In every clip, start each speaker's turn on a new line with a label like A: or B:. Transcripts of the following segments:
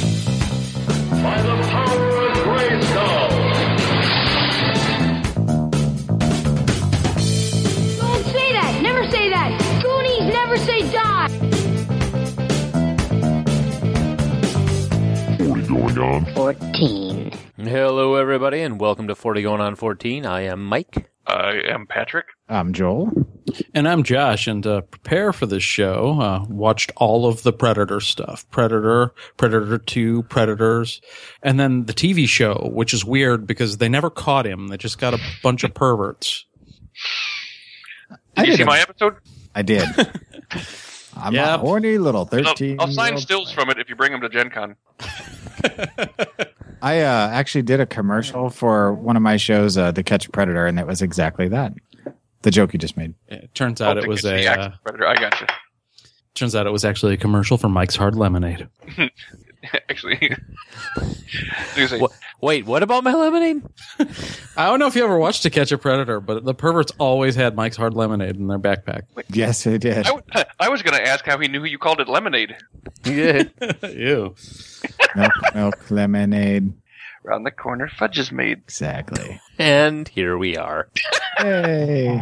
A: By the power of Grayskull!
B: Don't say that. Never say that. Goonies never say die.
C: Hello, everybody, and welcome to 40 Going On 14. I am Mike.
D: I am Patrick.
E: I'm Joel.
F: And I'm Josh, and to prepare for this show, uh, watched all of the Predator stuff Predator, Predator 2, Predators, and then the TV show, which is weird because they never caught him. They just got a bunch of perverts.
D: Did you see
E: didn't-
D: my episode?
E: I did. I'm a
F: Yep.
E: horny little
D: I'll,
E: 13.
D: I'll sign stills from it if you bring them to Gen Con.
E: I uh, actually did a commercial for one of my shows, uh, The Catch a Predator, and it was exactly that. The joke you just made.
F: It turns
D: I'll
F: out it
D: take
F: was
D: the
F: a
D: axe
F: uh,
D: predator. I got you.
F: turns out it was actually a commercial for Mike's Hard Lemonade.
D: Actually, you say,
C: What? Wait, what about my lemonade?
F: I don't know if you ever watched To Catch a Predator, but the perverts always had Mike's Hard Lemonade in their backpack.
E: Yes, I did.
D: I, w- I was going to ask how he knew you called it lemonade.
C: Yeah.
F: Ew.
E: milk, milk, lemonade.
D: Round the corner, fudge is made.
E: Exactly.
C: and here we are.
E: Hey.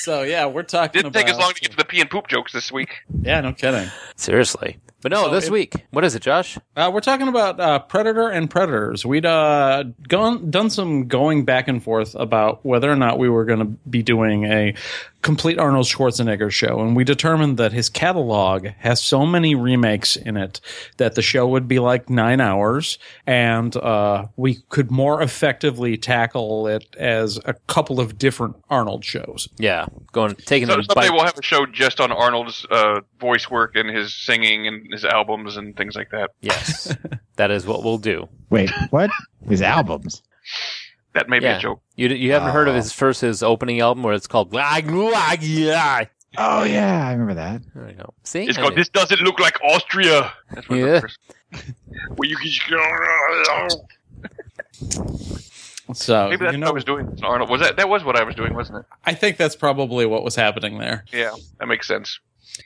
F: So, yeah, we're talking
D: Didn't take as long to get to the pee and poop jokes this week.
F: Yeah, no kidding.
C: Seriously. But no,
F: So
C: this
F: if-
C: week, what is it, Josh?
F: Uh, we're talking about uh, Predator and Predators. We'd uh, gone done some going back and forth about whether or not we were going to be doing a complete Arnold Schwarzenegger show, and we determined that his catalog has so many remakes in it that the show would be like nine hours, and uh, we could more effectively tackle it as a couple of different Arnold shows.
C: Yeah, going taking
D: So
C: the
D: someday
C: bite.
D: we'll have a show just on Arnold's uh, voice work and his singing and his albums and things like that.
C: yes, that is what we'll do.
E: Wait, what? His albums.
D: That may be
C: Yeah.
D: a joke.
C: You you haven't heard of
E: Oh.
C: his first his opening album where it's called Wag Wag Yeah.
E: Oh, yeah. I remember that.
C: I know. See,
D: It's
C: I
D: called
C: knew.
D: This Doesn't Look Like Austria. That's what
C: Yeah.
D: the first. Well, you can-
F: So
D: Maybe that's what
F: you
D: I
F: know,
D: was doing. It's an Arnold was that that was what I was doing, wasn't it?
F: I think that's probably what was happening there.
D: Yeah, that makes sense.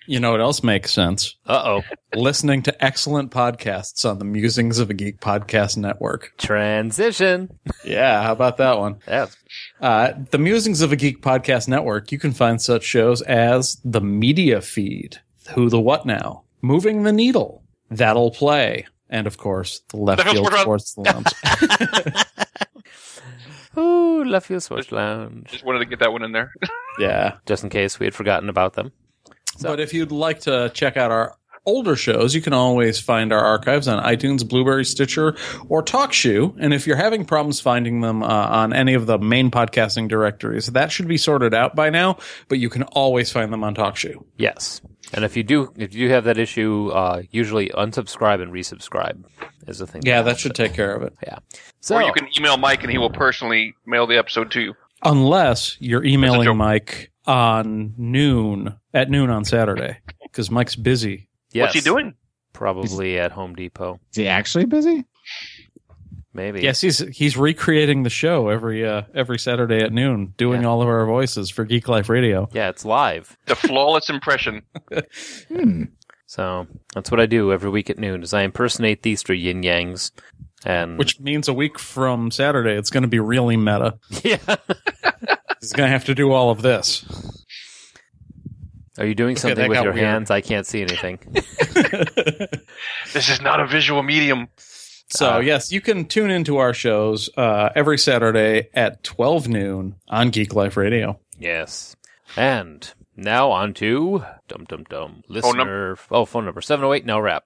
F: You know what else makes sense?
C: Uh-oh.
F: listening to excellent podcasts on the Musings of a Geek podcast network.
C: Transition.
F: Yeah, how about that one?
C: That's
F: Uh, the Musings of a Geek podcast network, you can find such shows as The Media Feed, Who the What Now, Moving the Needle, That'll Play, and of course, the Left
D: That'll
F: Field
D: Play.
F: Sports Lounge.
C: Ooh, Left Field Switch Lounge.
D: Just wanted to get that one in there.
F: yeah.
C: Just in case we had forgotten about them.
F: But if you'd like to check out our older shows, you can always find our archives on iTunes, Blueberry, Stitcher, or TalkShoe. And if you're having problems finding them uh, on any of the main podcasting directories, that should be sorted out by now. But you can always find them on TalkShoe.
C: Yes. And if you do, if you do have that issue, uh, usually unsubscribe and resubscribe is the thing.
F: Yeah, that should take care of it.
C: Yeah. So
D: Or you can email Mike and he will personally mail the episode to you.
F: Unless you're emailing
D: joke.
F: Mike on noon at noon on Saturday because Mike's busy.
C: yes,
D: What's he doing?
C: Probably at Home Depot.
E: Is he actually busy?
C: Maybe.
F: Yes, he's he's recreating the show every uh, every Saturday at noon, doing
C: Yeah.
F: all of our voices for Geek Life Radio.
C: Yeah, it's live.
D: The flawless impression.
E: Hmm.
C: So that's what I do every week at noon. Is I impersonate these three yin yangs, and
F: Which means a week from Saturday, it's going to be really meta.
C: yeah.
F: He's going to have to do all of this.
C: Are you doing
F: Okay,
C: something
F: that
C: with
F: got
C: your
F: weird.
C: hands? I can't see anything.
D: This is not a visual medium.
F: So,
C: Uh,
F: yes, you can tune into our shows uh, every Saturday at 12 noon on Geek Life Radio.
C: yes. And now on to dum dum dum listener.
D: Phone number.
C: Oh, phone number seven zero eight. No oh wrap.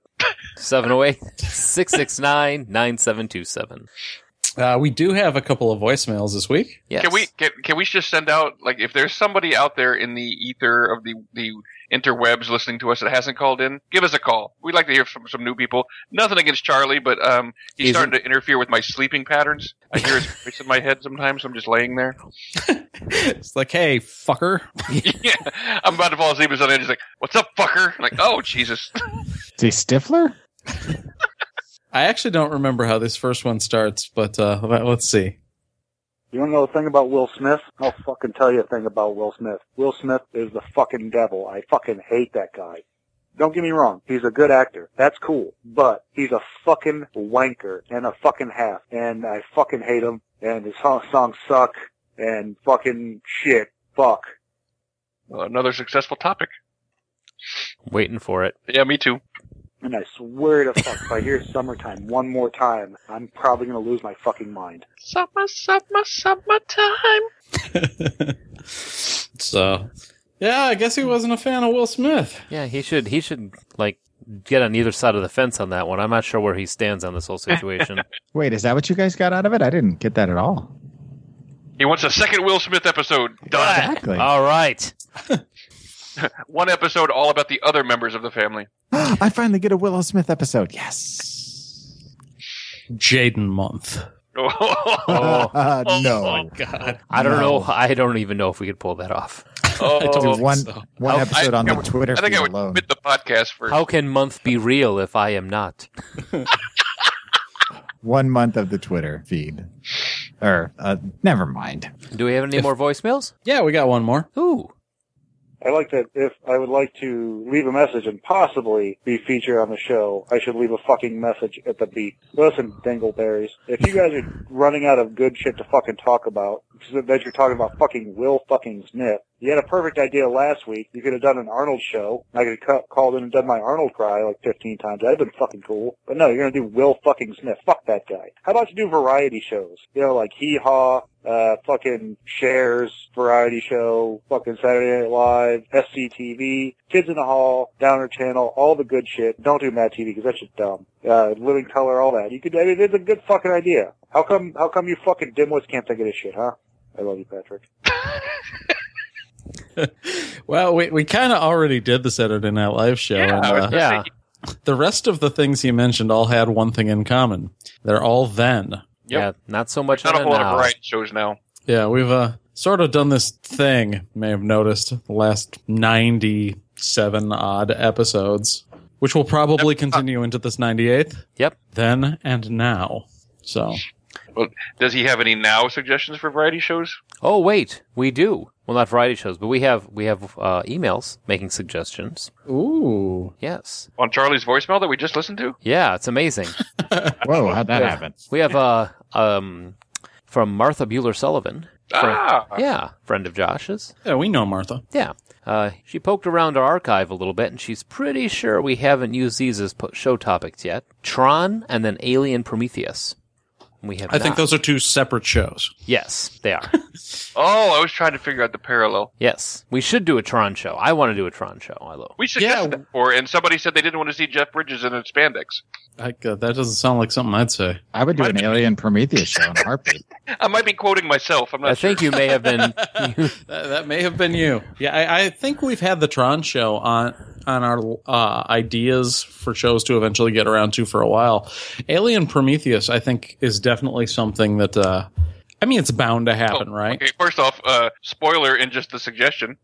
C: 708-669-9727.
F: Uh, we do have a couple of voicemails this week.
C: Yes.
D: Can we can, can we just send out like if there's somebody out there in the ether of the the interwebs listening to us that hasn't called in, give us a call. We'd like to hear from some new people. Nothing against Charlie, but um he's
C: He's-
D: starting to interfere with my sleeping patterns. I hear his voice in my head sometimes. I'm just laying there.
F: It's like, hey, fucker.
D: yeah, I'm about to fall asleep, and suddenly he's like, "What's up, fucker?" I'm like, "Oh, Jesus."
E: Is he Stifler?
F: I actually don't remember how this first one starts, but uh, let- let's see.
G: You want to know a thing about Will Smith? I'll fucking tell you a thing about Will Smith. Will Smith is the fucking devil. I fucking hate that guy. Don't get me wrong. He's a good actor. That's cool. But he's a fucking wanker and a fucking half. And I fucking hate him. And his song- songs suck. And fucking shit. Fuck.
D: Well, Uh, another successful topic.
C: Waiting for it.
D: Yeah, me too.
G: And I swear to fuck, if I hear summertime one more time, I'm probably gonna lose my fucking mind.
D: Summer, summer, summertime.
F: so, yeah, I guess he wasn't a fan of Will Smith.
C: Yeah, he should. He should like get on either side of the fence on that one. I'm not sure where he stands on this whole situation.
E: Wait, is that what you guys got out of it? I didn't get that at all.
D: He wants a second Will Smith episode. Done.
E: Exactly.
C: All right.
D: One episode all about the other members of the family.
E: I finally get a Willow Smith episode. Yes.
F: Jaden month.
D: Oh,
E: no.
F: God.
C: I don't
E: No.
C: know. I don't even know if we could pull that off.
E: Do
D: oh.
E: one
F: so.
E: one
D: I-
E: episode
D: I
E: on
D: think
E: the
D: I would-
E: Twitter
D: I think
E: feed
D: I would
E: alone.
D: quit the podcast for.
C: How can month be real if I am not?
E: One month of the Twitter feed. Or uh, never mind.
C: Do we have any more voicemails?
F: Yeah, we got one more.
C: Ooh.
G: I like that if I would like to leave a message and possibly be featured on the show, I should leave a fucking message at the beat. Listen, dingleberries, if you guys are running out of good shit to fucking talk about, so that you're talking about fucking Will fucking Smith, you had a perfect idea last week. You could have done an Arnold show. I could have cu- called in and done my Arnold cry like 15 times. That'd have been fucking cool. But no, you're gonna do Will fucking Smith. Fuck that guy. How about you do variety shows? You know, like Hee Haw, uh, fucking shares variety show, fucking Saturday Night Live, SCTV, Kids in the Hall, Downer Channel, all the good shit. Don't do Mad TV because that shit's dumb. Uh, Living Color, all that. You could, I mean, it's a good fucking idea. How come, how come you fucking dimwits can't think of this shit, huh? I love you, Patrick.
F: Well, we, we kind of already did the Saturday Night Live show.
D: Yeah,
F: and,
D: I was
F: uh,
D: gonna
C: Yeah.
D: say,
F: the rest of the things he mentioned all had one thing in common. They're all then.
D: Yep.
C: Yeah. Not so much
D: Not
C: on
D: a
C: it
D: whole lot of
C: now.
D: variety shows now.
F: Yeah, we've uh, sort of done this thing, you may have noticed, the last 97 odd episodes, which will probably continue into this 98th,
C: Yep.
F: then and now. So,
D: Well, does he have any now suggestions for variety shows?
C: Oh wait, we do. Well, not variety shows, but we have we have uh, emails making suggestions.
F: ooh.
C: Yes.
D: On Charlie's voicemail that we just listened to?
C: Yeah, it's amazing.
E: Whoa, how'd that happen?
C: We have uh um from Martha Bueller Sullivan.
D: Ah,
C: Yeah, friend of Josh's.
F: Yeah, we know Martha.
C: Yeah. Uh, she poked around our archive a little bit, and she's pretty sure we haven't used these as po- show topics yet. Tron and then Alien Prometheus. We have.
F: I think
C: not.
F: those are two separate shows.
C: Yes, they are.
D: oh, I was trying to figure out the parallel.
C: yes, we should do a Tron show. I want to do a Tron show. I love.
D: We suggested
F: Yeah.
D: that before, and somebody said they didn't want to see Jeff Bridges in a spandex.
F: I, uh, that doesn't sound like something I'd say.
E: I would do an Alien Prometheus show in a heartbeat.
D: I might be quoting myself. I'm not
C: I think you may have been.
F: That, that may have been you. Yeah, I, I think we've had the Tron show on on our uh, ideas for shows to eventually get around to for a while. Alien Prometheus, I think, is definitely something that. Uh, I mean, it's bound to happen, right?
D: Oh, Okay, first off, uh, spoiler in just the suggestion.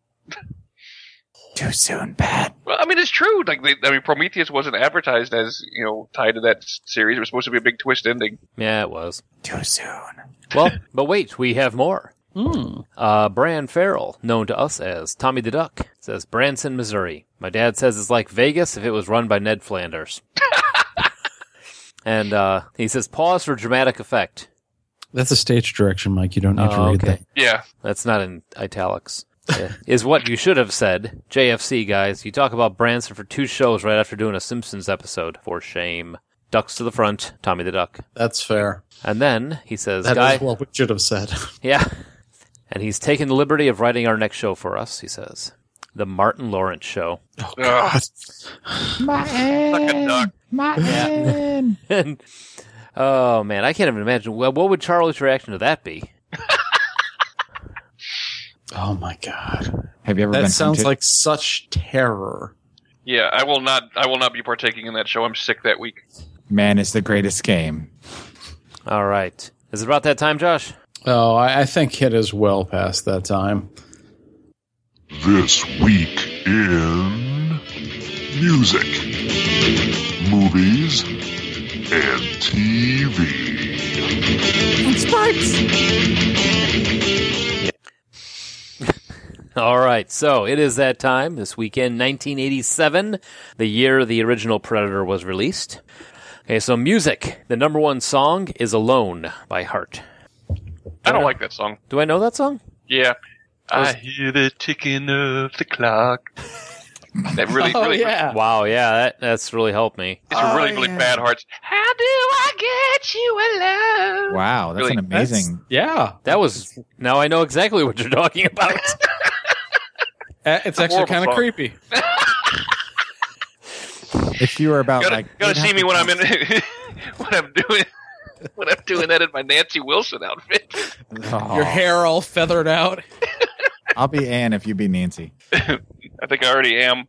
E: Too soon, Pat.
D: Well, I mean, it's true. Like, they, I mean, Prometheus wasn't advertised as you know tied to that s- series. It was supposed to be a big twist ending.
C: yeah, it was.
E: Too soon. Hmm.
C: Well, but wait, we have more. Uh, Bran Farrell, known to us as Tommy the Duck, says Branson, Missouri. My dad says it's like Vegas if it was run by Ned Flanders. and uh, he says, pause for dramatic effect.
F: That's a stage direction, Mike. You don't need to
C: Oh,
F: read
C: okay.
D: Yeah,
C: That's not in italics. Yeah. is what you should have said. JFC, guys. You talk about Branson for two shows right after doing a Simpsons episode. For shame. Ducks to the front, Tommy the Duck.
F: that. That's fair.
C: And then he says,
F: That
C: Guy.
F: is what we should have said.
C: Yeah. And he's taken the liberty of writing our next show for us, he says. The Martin Lawrence Show.
D: Ugh, fucking
E: Martin.
D: duck.
E: Martin.
C: and, oh, man, I can't even imagine. Well, what would Charlie's reaction to that be?
F: oh my god,
E: Have you ever been
F: that sounds
E: hunted?
F: like such terror.
D: Yeah, I will not. I will not be partaking in that show. I'm sick that week.
E: Man is the greatest game.
C: All right. Is it about that time, Josh?
F: Oh, I, I think it is well past that time.
H: This week in music, movies, and TV.
C: All right, so it is that time this weekend, 1987, the year the original Predator was released. Okay, so music. The number one song is Alone by Heart.
D: I don't like that song.
C: Do I know that song?
D: Yeah. I hear the ticking of the clock. That really,
F: Oh,
D: really,
F: yeah. Oh,
C: Wow, yeah, that, that's really helped me.
D: it's a really, really bad hearts. How do I get you alone?
E: Wow, that's
D: Really,
E: an
F: That's-
E: amazing.
F: yeah.
C: That was, now I know exactly what you're talking about.
F: Uh, It's actually
D: horrible
F: kind of
D: song.
F: creepy.
E: If you were about
D: Gotta,
E: like,
D: gotta
E: you'd
D: see
E: have
D: me
E: to
D: when I'm
E: count-
D: in, when I'm doing, when I'm doing that in my Nancy Wilson outfit.
E: Oh,
F: Your hair all feathered out.
E: I'll be Anne if you be Nancy.
D: I think I already am.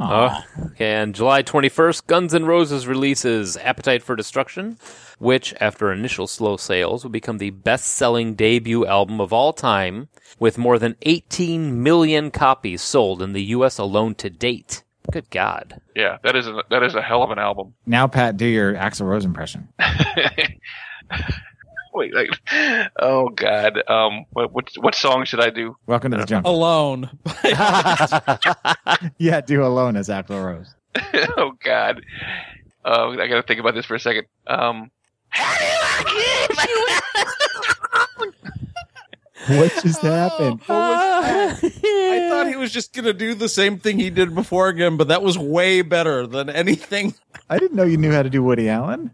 C: Oh, okay, and July 21st, Guns N' Roses releases Appetite for Destruction, which, after initial slow sales, will become the best selling debut album of all time, with more than 18 million copies sold in the U.S. alone to date. Good God.
D: Yeah, that is a, that is a hell of an album.
E: Now, Pat, do your Axl Rose impression.
D: Wait, like, oh god, um, what what what song should I do?
E: Welcome to the jungle.
F: Alone.
E: Yeah, do alone as Axl Rose.
D: oh god, oh, I gotta think about this for a second. Um,
E: What just happened?
C: Oh,
F: I thought he was just going to do the same thing he did before again, but that was way better than anything.
E: I didn't know you knew how to do Woody Allen.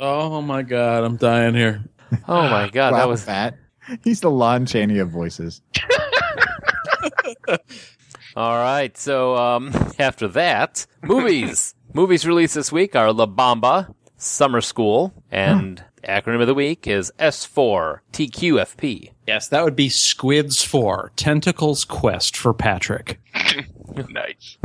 F: Oh my God, I'm dying here.
C: Oh my God,
E: wow,
C: that was
E: Pat. He's the Lon Chaney of voices.
C: All right. So um, after that, movies. movies released this week are La Bamba, Summer School, and acronym of the week is S4 TQFP.
F: Yes, that would be Squids 4 Tentacles Quest for Patrick.
D: nice.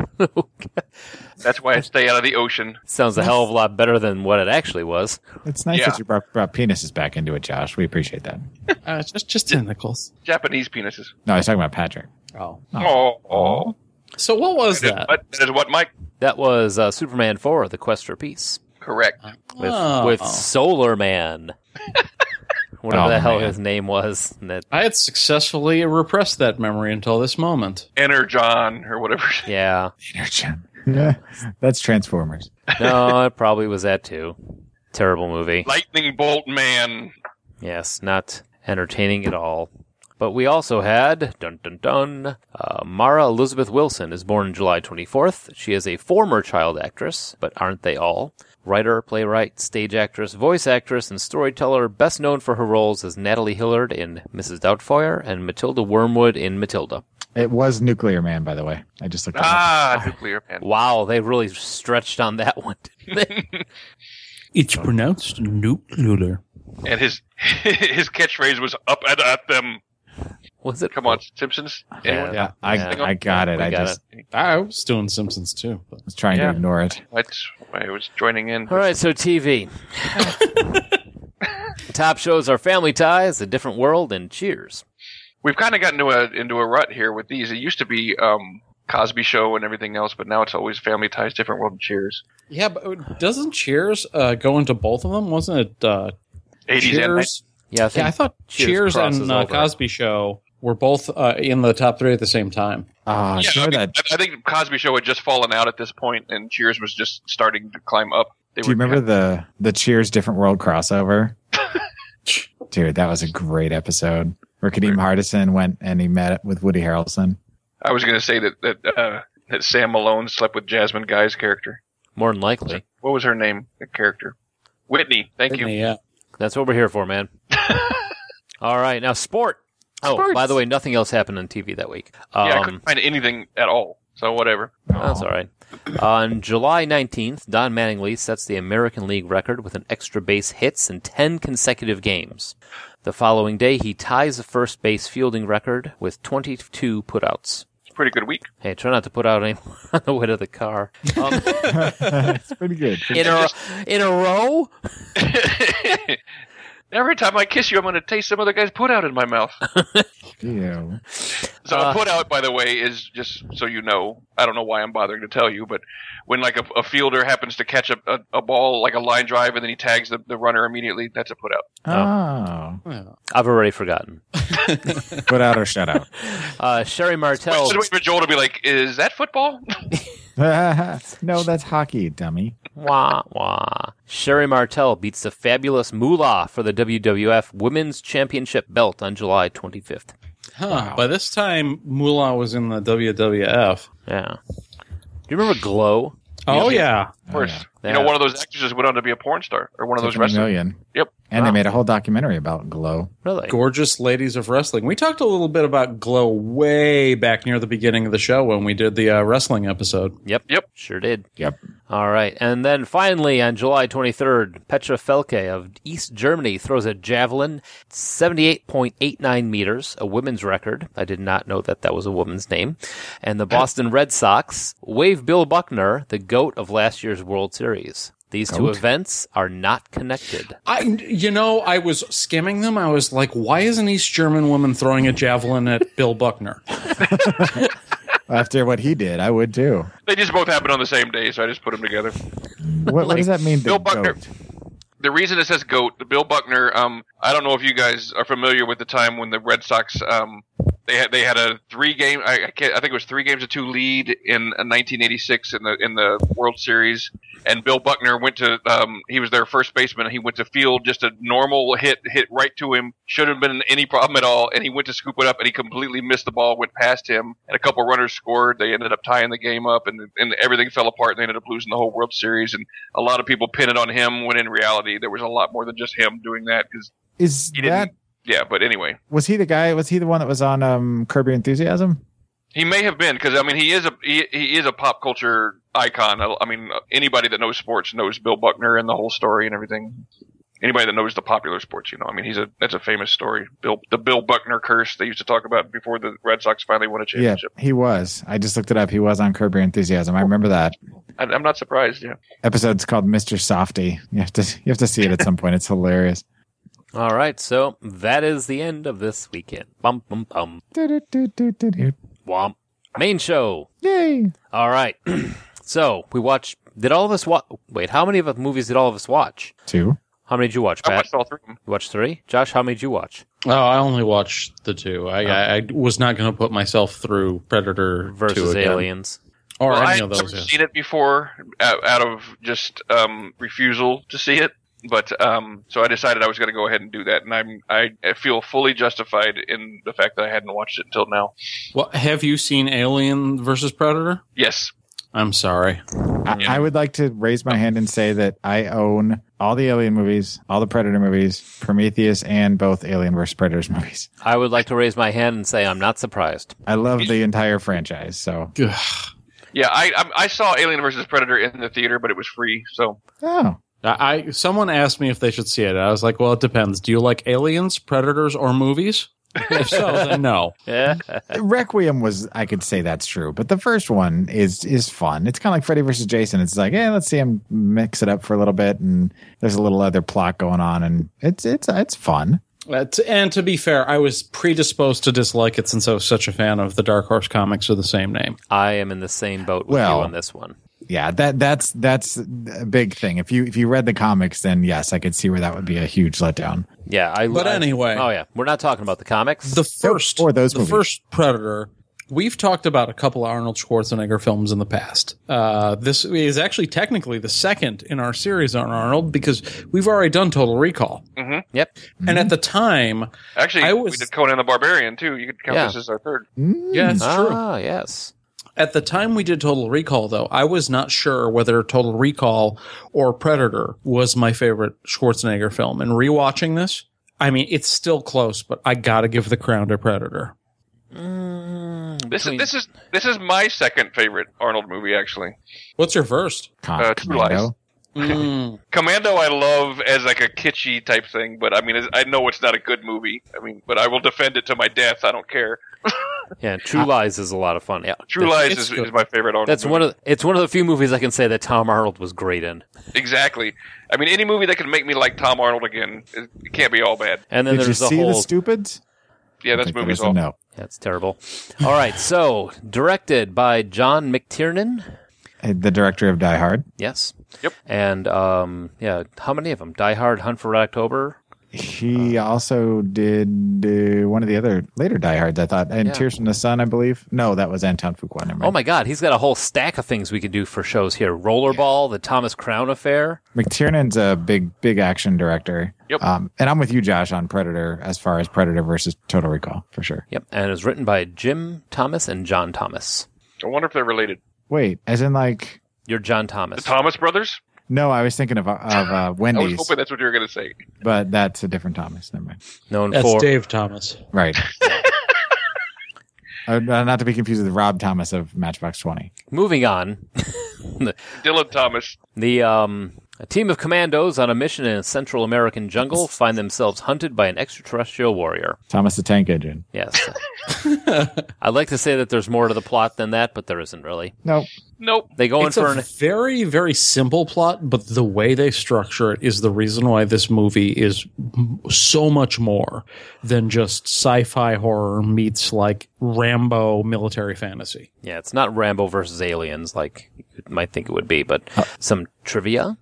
D: That's why I stay out of the ocean.
C: Sounds a hell of a lot better than what it actually was.
E: It's nice
D: Yeah.
E: that you brought, brought penises back into it, Josh. We appreciate that.
F: Uh, just, just tentacles.
D: Japanese penises.
E: No, I was talking about Patrick.
F: Oh.
D: Oh, oh.
F: So what was
D: That, is
F: that?
D: what, that is what Mike.
C: That was uh, Superman 4, The Quest for Peace,
D: Correct.
C: with,
F: Oh.
C: with Solar Man. Whatever
E: Oh,
C: the hell
E: man.
C: his name was. And that,
F: I had successfully repressed that memory until this moment.
D: Energon or whatever.
C: yeah.
E: Energon. That's Transformers.
C: No, it probably was that too. Terrible movie.
D: Lightning Bolt Man.
C: Yes, not entertaining at all. But we also had dun dun dun. Uh, Mara Elizabeth Wilson is born July 24th. She is a former child actress, but aren't they all? Writer, playwright, stage actress, voice actress, and storyteller, best known for her roles as Natalie Hillard in Mrs. Doubtfire and Matilda Wormwood in Matilda.
E: It was Nuclear Man, by the way. I just looked. it up.
F: Oh.
D: Ah, nuclear man.
C: Wow, they really stretched on that one, didn't they?
F: It's pronounced nuclear.
D: And his his catchphrase was up and at them.
C: Was it?
D: Come on, Simpsons. Anyone?
E: Yeah, I,
C: Yeah.
E: I got it.
C: We
E: I
C: got
E: just
F: I was doing Simpsons too. But.
E: was trying
D: Yeah.
E: to ignore it.
D: That's why I was joining in.
C: All right, so TV. Top shows are Family Ties, A Different World, and Cheers.
D: We've kind of gotten into a into a rut here with these. It used to be um, Cosby Show and everything else, but now it's always Family Ties, Different World, and Cheers.
F: Yeah, but doesn't Cheers uh, go into both of them? Wasn't it uh,
D: Eighties and
F: Cheers?
C: Yeah, I think
F: yeah, I thought
C: Cheers
F: Cheers,
C: crosses
F: and uh,
C: over.
F: Cosby Show were both uh, in the top three at the same time.
E: Ah,
D: Yeah,
E: sure
D: I, mean,
E: that.
D: I- I think Cosby Show had just fallen out at this point, and Cheers was just starting to climb up. They
E: Do you
D: were-
E: remember the the Cheers Different World crossover? Dude, that was a great episode where Kadeem Hardison went and he met up with Woody Harrelson.
D: I was going to say that that uh, that Sam Malone slept with Jasmine Guy's character.
C: more than likely.
D: What was her name? The character, Whitney. Thank you.
F: Yeah.
C: That's what we're here for, man. All right, now sport. Oh, by the way, nothing else happened on TV that week. Um,
D: yeah, I couldn't find anything at all. So whatever.
C: That's all right. On July 19th, Don Mattingly sets the American League record with an extra base hits in 10 consecutive games. The following day, he ties the first base fielding record with 22 putouts.
D: It's a pretty good week.
C: Hey, try not to put out any on the way to the car. Um,
E: It's pretty good.
C: in a in a row.
D: Every time I kiss you, I'm going to taste some other guy's put out in my mouth.
E: Ew.
D: So
C: Uh.
D: a put out, by the way, is just so you know. I don't know why I'm bothering to tell you, but when like a, a fielder happens to catch a, a, a ball like a line drive and then he tags the, the runner immediately, that's a put out.
E: Oh.
C: I've already forgotten.
E: Put out or shut out.
C: Uh, Sherry
D: Wait,
C: Martell.
D: should wait for Joel to be like, "Is that football?"
E: no, that's hockey, dummy.
C: wah, wah. Sherry Martell beats the fabulous Moolah for the WWF Women's Championship belt on July 25th.
F: Huh. By this time, Moolah was in the WWF.
C: Yeah. Do you remember Glow?
F: Oh yeah,
D: Of course,
C: yeah.
D: you know
C: Yeah.
D: one of those actresses went on to be a porn star or one of those
E: Took 'em a
D: wrestlers.
E: million.
D: Yep.
E: And
C: Wow.
E: they made a whole documentary about Glow.
C: Really?
F: gorgeous ladies of wrestling. We talked a little bit about Glow way back near the beginning of the show when we did the uh, wrestling episode.
C: Yep.
D: Yep.
C: Sure did.
E: Yep.
C: All right. And then finally, on July 23rd, Petra Felke of East Germany throws a javelin 78.89 meters, a women's record. I did not know that that was a woman's name. And the Boston Red Sox wave Bill Buckner, the GOAT of last year's World Series. These two
E: Goat?
C: events are not connected.
F: I, you know, I was skimming them. I was like, why is an East German woman throwing a javelin at Bill Buckner?
E: After what he did, I would too.
D: They just both happened on the same day, so I just put them together.
E: What, what does that mean? the
D: Bill Buckner.
E: goat?
D: The reason it says goat, Bill Buckner. Um, I don't know if you guys are familiar with the time when the Red Sox um they had they had a three game I I, can't, I think it was three games to two lead in 1986 in the in the World Series, and Bill Buckner went to um he was their first baseman. He went to field just a normal hit hit right to him. Shouldn't have been any problem at all, and he went to scoop it up and he completely missed the ball, went past him, and a couple runners scored. They ended up tying the game up, and and everything fell apart. And they ended up losing the whole World Series, and a lot of people pin it on him when in reality there was a lot more than just him doing that because
E: Is
D: he didn't.
E: that
D: yeah, but anyway,
E: was he the guy? Was he the one that was on um, Curb Your Enthusiasm?
D: he may have been because I mean he is a he, he is a pop culture icon. I, I mean anybody that knows sports knows Bill Buckner and the whole story and everything. Anybody that knows the popular sports, you know, I mean, he's a that's a famous story. Bill the Bill Buckner curse they used to talk about before the Red Sox finally won a
E: Yeah,
D: championship.
E: he was. I just looked it up. He was on Curb Your Enthusiasm. I remember that
D: I, I'm not surprised. Yeah,
E: episode's called Mister Softy. You have to you have to see it at some point. It's hilarious.
C: All right. So that is the end of this weekend. Bum, bum, bum.
E: Do-do-do-do-do-do.
C: Womp. Main show.
E: Yay!
C: All right. so we watched. Did all of us watch? Wait, how many of the movies did all of us watch?
E: Two.
C: How many did you watch,
D: I
C: Pat?
D: watched all three of them.
C: you watched three. Josh, how many did you watch?
F: Oh, I only watched the two. I, I, I was not going to put myself through Predator
C: Versus
F: 2 again.
C: Aliens.
F: or
D: Well,
F: any
D: I
F: of
D: have
F: those. yeah.
D: seen it before out, out of just um, refusal to see it, but um, so I decided I was going to go ahead and do that, and I'm I feel fully justified in the fact that I hadn't watched it until now.
F: Well, have you seen Alien versus Predator?
D: Yes,
F: I'm sorry.
E: I, I would like to raise my hand and say that I own all the Alien movies, all the Predator movies, Prometheus, and both Alien vs. Predators movies.
C: I would like to raise my hand and say I'm not surprised.
E: I love the entire franchise. So,
F: Ugh.
D: yeah, I I'm- I saw Alien versus Predator in the theater, but it was free, so
E: oh,
F: I I- someone asked me if they should see it. I was like, well, it depends. Do you like aliens, predators, or movies? if so, then no.
C: Yeah.
E: Requiem was I could say that's true, but the first one is is fun. It's kind of like Freddy versus Jason. It's like, yeah, let's see him mix it up for a little bit, and there's a little other plot going on, and it's it's it's fun.
F: Uh, t- and to be fair, I was predisposed to dislike it since I was such a fan of the Dark Horse comics of the same name.
C: I am in the same boat with
E: Well.
C: you on this one.
E: Yeah, that that's that's a big thing. If you if you read the comics, then yes, I could see where that would be a huge letdown.
C: Yeah. I,
F: But
C: I-
F: anyway.
C: Oh yeah. We're not talking about the comics.
F: The first
E: or those
F: the
E: movies.
F: first Predator. We've talked about a couple of Arnold Schwarzenegger films in the past. Uh, this is actually technically the second in our series on Arnold because we've already done Total Recall.
C: yep.
F: And at the time,
D: actually
F: I was- Mm-hmm.
D: we did Conan the Barbarian too. You could count
C: Yeah.
D: this as our third.
F: yeah, it's true.
C: Ah yes.
F: At the time we did Total Recall, though, I was not sure whether Total Recall or Predator was my favorite Schwarzenegger film. And rewatching this, I mean, it's still close, but I got to give the crown to Predator.
D: This
C: Mm, Between-
D: is this is this is my second favorite Arnold movie actually.
F: What's your first? Mm,
E: Con-
D: Uh, True
E: Commando.
D: Lies. Commando I love as like a kitschy type thing, but I mean I know it's not a good movie. I mean, but I will defend it to my death. I don't care.
C: Yeah, True Lies is a lot of fun. Yeah,
D: True
C: that's,
D: Lies
F: it's
D: is,
F: good.
D: is my favorite Arnold.
C: That's
D: movie.
C: one of the, it's one of the few movies I can say that Tom Arnold was great in.
D: exactly. I mean, any movie that can make me like Tom Arnold again, it, it can't be all bad.
C: And then
E: Did you
C: there's
E: see
C: a whole
E: the stupids?
D: Yeah,
E: I
D: that's
E: think that
D: movie's
E: was a
D: all.
E: No.
C: That's terrible. All right, so directed by John McTiernan.
E: Uh, The director of Die Hard.
C: Yes.
D: Yep.
C: And um, yeah, how many of them? Die Hard, Hunt for Red October.
E: He also did uh, one of the other later Die Hards, I thought, and
C: Yeah.
E: Tears from the Sun, I believe. No, that was Anton Fuqua. never
C: Oh
E: mind.
C: my God, he's got a whole stack of things we could do for shows here. Rollerball, the Thomas Crown Affair.
E: McTiernan's a big, big action director.
D: Yep.
E: Um, and I'm with you, Josh, on Predator as far as Predator versus Total Recall for sure.
C: Yep, and it was written by Jim Thomas and John Thomas.
D: I wonder if they're related.
E: Wait, as in like?
C: You're John
D: The
C: Thomas.
D: Thomas brothers?
E: No, I was thinking of of uh,
D: I was
E: Wendy's,
D: hoping that's what you were going to say.
E: but that's a different Thomas. Never mind.
C: known
F: That's
C: for
F: Dave Thomas.
E: Right. Uh, not to be confused with Rob Thomas of Matchbox Twenty.
C: moving on.
D: Dylan Thomas.
C: The um, a team of commandos on a mission in a Central American jungle find themselves hunted by an extraterrestrial warrior.
E: Thomas the Tank Engine.
C: Yes. I'd like to say that there's more to the plot than that, but there isn't really.
E: Nope.
D: Nope.
C: They go
F: it's
C: in for
F: a
C: an
F: very very simple plot but the way they structure it is the reason why this movie is m- so much more than just sci-fi horror meets like rambo military fantasy
C: Yeah, it's not Rambo versus aliens like you might think it would be, but some trivia.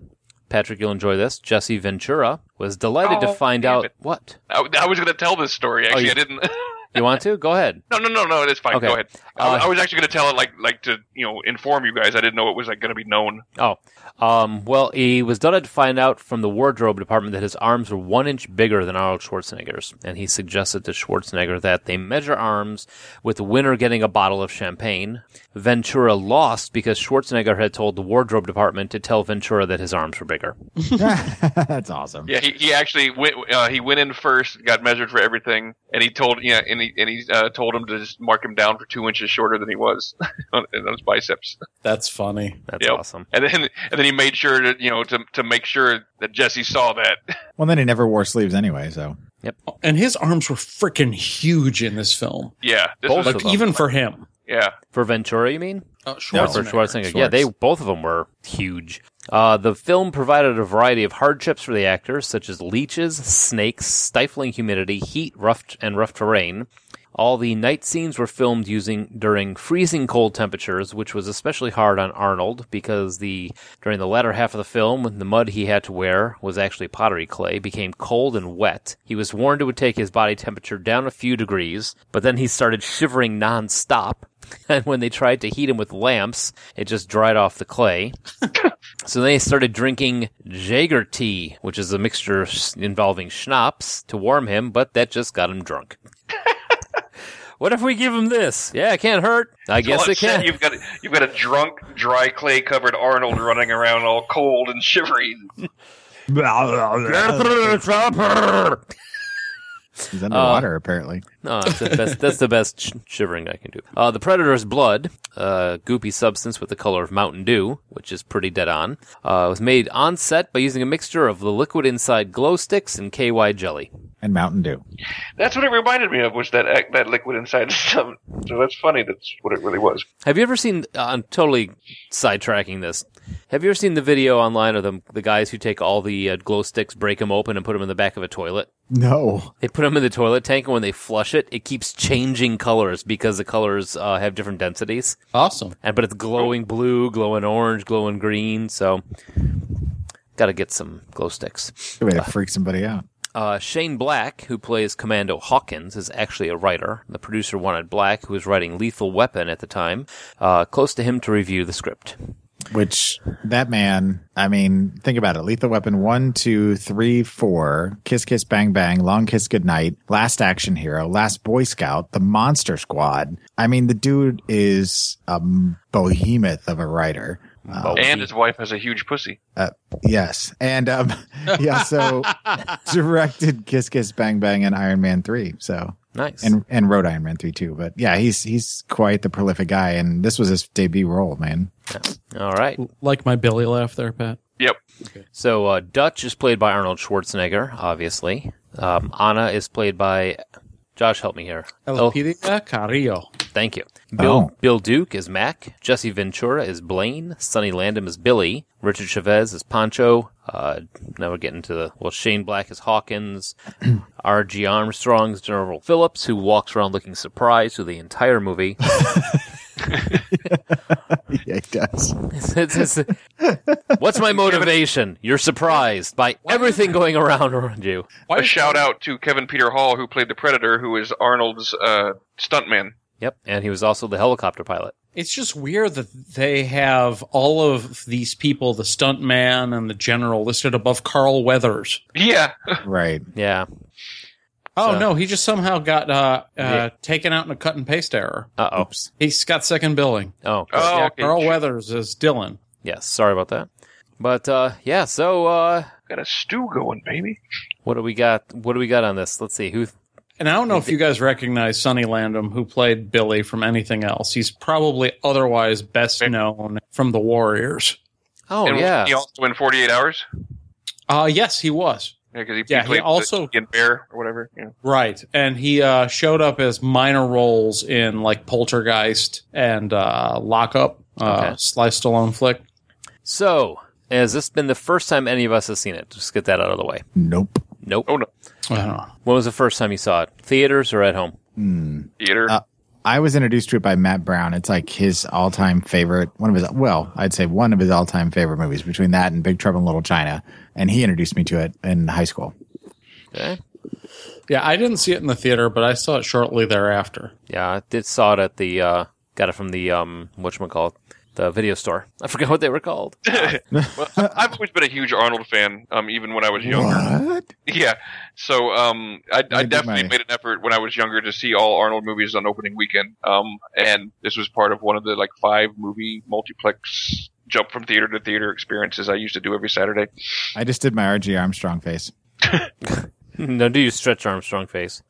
C: Patrick, you'll enjoy this. Jesse Ventura was delighted
D: Oh,
C: to find
D: damn
C: out
D: it.
C: what
D: I, I was going to tell this story. Actually,
C: you-
D: I didn't.
C: you want to go ahead.
D: no, no, no, no. It's fine.
C: Okay.
D: Go ahead. I,
C: Uh,
D: I was actually going to tell it like like to you know inform you guys. I didn't know it was like going to be known.
C: Oh, um, well, he was delighted to find out from the wardrobe department that his arms were one inch bigger than Arnold Schwarzenegger's, and he suggested to Schwarzenegger that they measure arms, with the winner getting a bottle of champagne. Ventura lost because Schwarzenegger had told the wardrobe department to tell Ventura that his arms were bigger.
E: that's awesome.
D: Yeah, he, he actually went. Uh, he went in first, got measured for everything, and he told yeah, and he and he uh, told him to just mark him down for two inches shorter than he was on, on his biceps.
F: that's funny
C: That's
D: Yep.
C: awesome.
D: And then and then he made sure to you know to to make sure that Jesse saw that.
E: Well, then he never wore sleeves anyway, so
F: and his arms were freaking huge in this film
D: Yeah, this
C: Both
D: was,
C: of
F: like
C: them.
F: even for him
D: yeah.
C: For Ventura, you mean?
F: uh,
C: No, for Schwarzenegger. Yeah, they both of them were huge. Uh, the film provided a variety of hardships for the actors, such as leeches, snakes, stifling humidity, heat, rough and rough terrain. All the night scenes were filmed using during freezing cold temperatures, which was especially hard on Arnold because the during the latter half of the film, the mud he had to wear was actually pottery clay, became cold and wet. He was warned it would take his body temperature down a few degrees, but then he started shivering nonstop. And when they tried to heat him with lamps, it just dried off the clay. So they started drinking Jaeger tea, which is a mixture s- involving schnapps, to warm him, but that just got him drunk. what if we give him this? Yeah, it can't hurt. I guess
D: Well,
C: it can.
D: You've got you've got a drunk, dry clay covered Arnold running around all cold and shivery.
E: he's underwater apparently.
C: No, that's the best, that's the best sh- shivering I can do. Uh, the Predator's blood, uh, goopy substance with the color of Mountain Dew, which is pretty dead on, uh, was made on set by using a mixture of the liquid inside glow sticks and KY jelly.
E: And Mountain Dew.
D: That's what it reminded me of was that act- that liquid inside the stomach. So that's funny. That's what it really was.
C: Have you ever seen? Uh, I'm totally sidetracking this. Have you ever seen the video online of the the guys who take all the uh, glow sticks, break them open, and put them in the back of a toilet?
E: No.
C: They put them in the toilet tank, and when they flush it, it keeps changing colors because the colors uh, have different densities.
F: awesome
C: and but it's glowing blue, glowing orange, glowing green. So, got to get some glow sticks.
E: Good way to freak somebody out.
C: Uh, Shane Black, who plays Commando Hawkins, is actually a writer. The producer wanted Black, who was writing Lethal Weapon at the time, uh, close to him to review the script.
E: Which that man, I mean, think about it. Lethal Weapon one, two, three, four, Kiss Kiss Bang Bang, Long Kiss Goodnight, Last Action Hero, Last Boy Scout, The Monster Squad. I mean, the dude is a behemoth of a writer. Uh,
D: And his wife has a huge pussy.
E: uh, yes, and um, he also directed Kiss Kiss Bang Bang and Iron Man three. So
C: Nice.
E: and and wrote Iron Man three too. But yeah, he's he's quite the prolific guy, and this was his debut role, man.
C: All right.
F: like my billy laugh there pat
D: Yep.
C: So uh, Dutch is played by Arnold Schwarzenegger, obviously. Um, Anna is played by Josh, help me here. El-
F: Elpidia Carrillo.
C: Thank you. Bill
E: Oh.
C: Bill Duke is Mac. Jesse Ventura is Blaine. Sonny Landham is Billy. Richard Chavez is Pancho. Uh, now we're getting to the well. Shane Black is Hawkins. R.G. Armstrong is General Phillips, who walks around looking surprised through the entire movie.
E: yeah, he does.
C: It's- it's- what's my motivation? You're surprised by everything going around around you.
D: A shout out to Kevin Peter Hall, who played the Predator, who is Arnold's uh, stuntman.
C: Yep, and he was also the helicopter pilot.
F: It's just weird that they have all of these people, the stuntman and the general, listed above Carl Weathers.
D: Yeah,
E: Right.
C: Yeah.
F: Oh
C: So-
F: no, he just somehow got uh, uh,
C: Yeah.
F: taken out in a cut and paste error.
C: Uh oh.
F: He's got second billing.
C: Oh.
D: Oh,
F: yeah,
D: okay.
F: Carl Weathers is Dylan.
C: Yes. Sorry about that. But uh, yeah. So uh,
D: got a stew going, baby.
C: what do we got? What do we got on this? Let's see. Who?
F: And I don't know if you guys recognize Sonny Landham, who played Billy from anything else. He's probably otherwise best known from The Warriors.
C: Oh
D: and
C: yeah.
D: he also in 48 hours.
F: Uh yes, he was.
D: Yeah, because he, he
F: Yeah, he
D: played
F: also-
D: in Bear or whatever. Yeah.
F: Right. And he uh, showed up as minor roles in like Poltergeist and uh, Lockup, uh,
C: Okay.
F: Sly Stallone flick.
C: So has this been the first time any of us has seen it? Just get that out of the way.
E: Nope.
C: Nope.
D: Oh no,
F: I don't know.
C: When was the first time you saw it? Theaters or at home?
D: theater.
E: Uh, I was introduced to it by Matt Brown. It's like his all-time favorite, one of his well, I'd say one of his all-time favorite movies. Between that and Big Trouble in Little China, and he introduced me to it in high school.
C: Okay.
F: Yeah, I didn't see it in the theater, but I saw it shortly thereafter.
C: Yeah, I did saw it at the. Uh, got it from the um, whatchamacallit, the video store. I forgot what they were called.
D: well, I- I've always been a huge Arnold fan, um, even when I was younger.
E: What?
D: Yeah, so um, I, I
E: did
D: definitely
E: my-
D: made an effort when I was younger to see all Arnold movies on opening weekend. Um, and this was part of one of the like five movie multiplex jump from theater to theater experiences I used to do every Saturday.
E: I just did my R.G. Armstrong face.
C: no, do you stretch Armstrong face?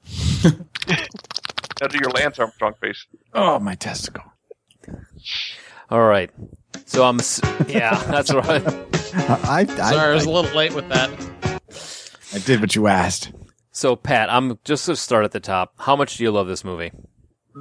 D: Now do your Lance Armstrong face.
E: Oh, my testicle.
C: All right. So I'm. ass- Yeah, that's right.
E: I I,
F: Sorry, I was a
E: I,
F: little late with that.
E: I did what you asked.
C: So Pat, I'm just gonna start at the top. How much do you love this movie?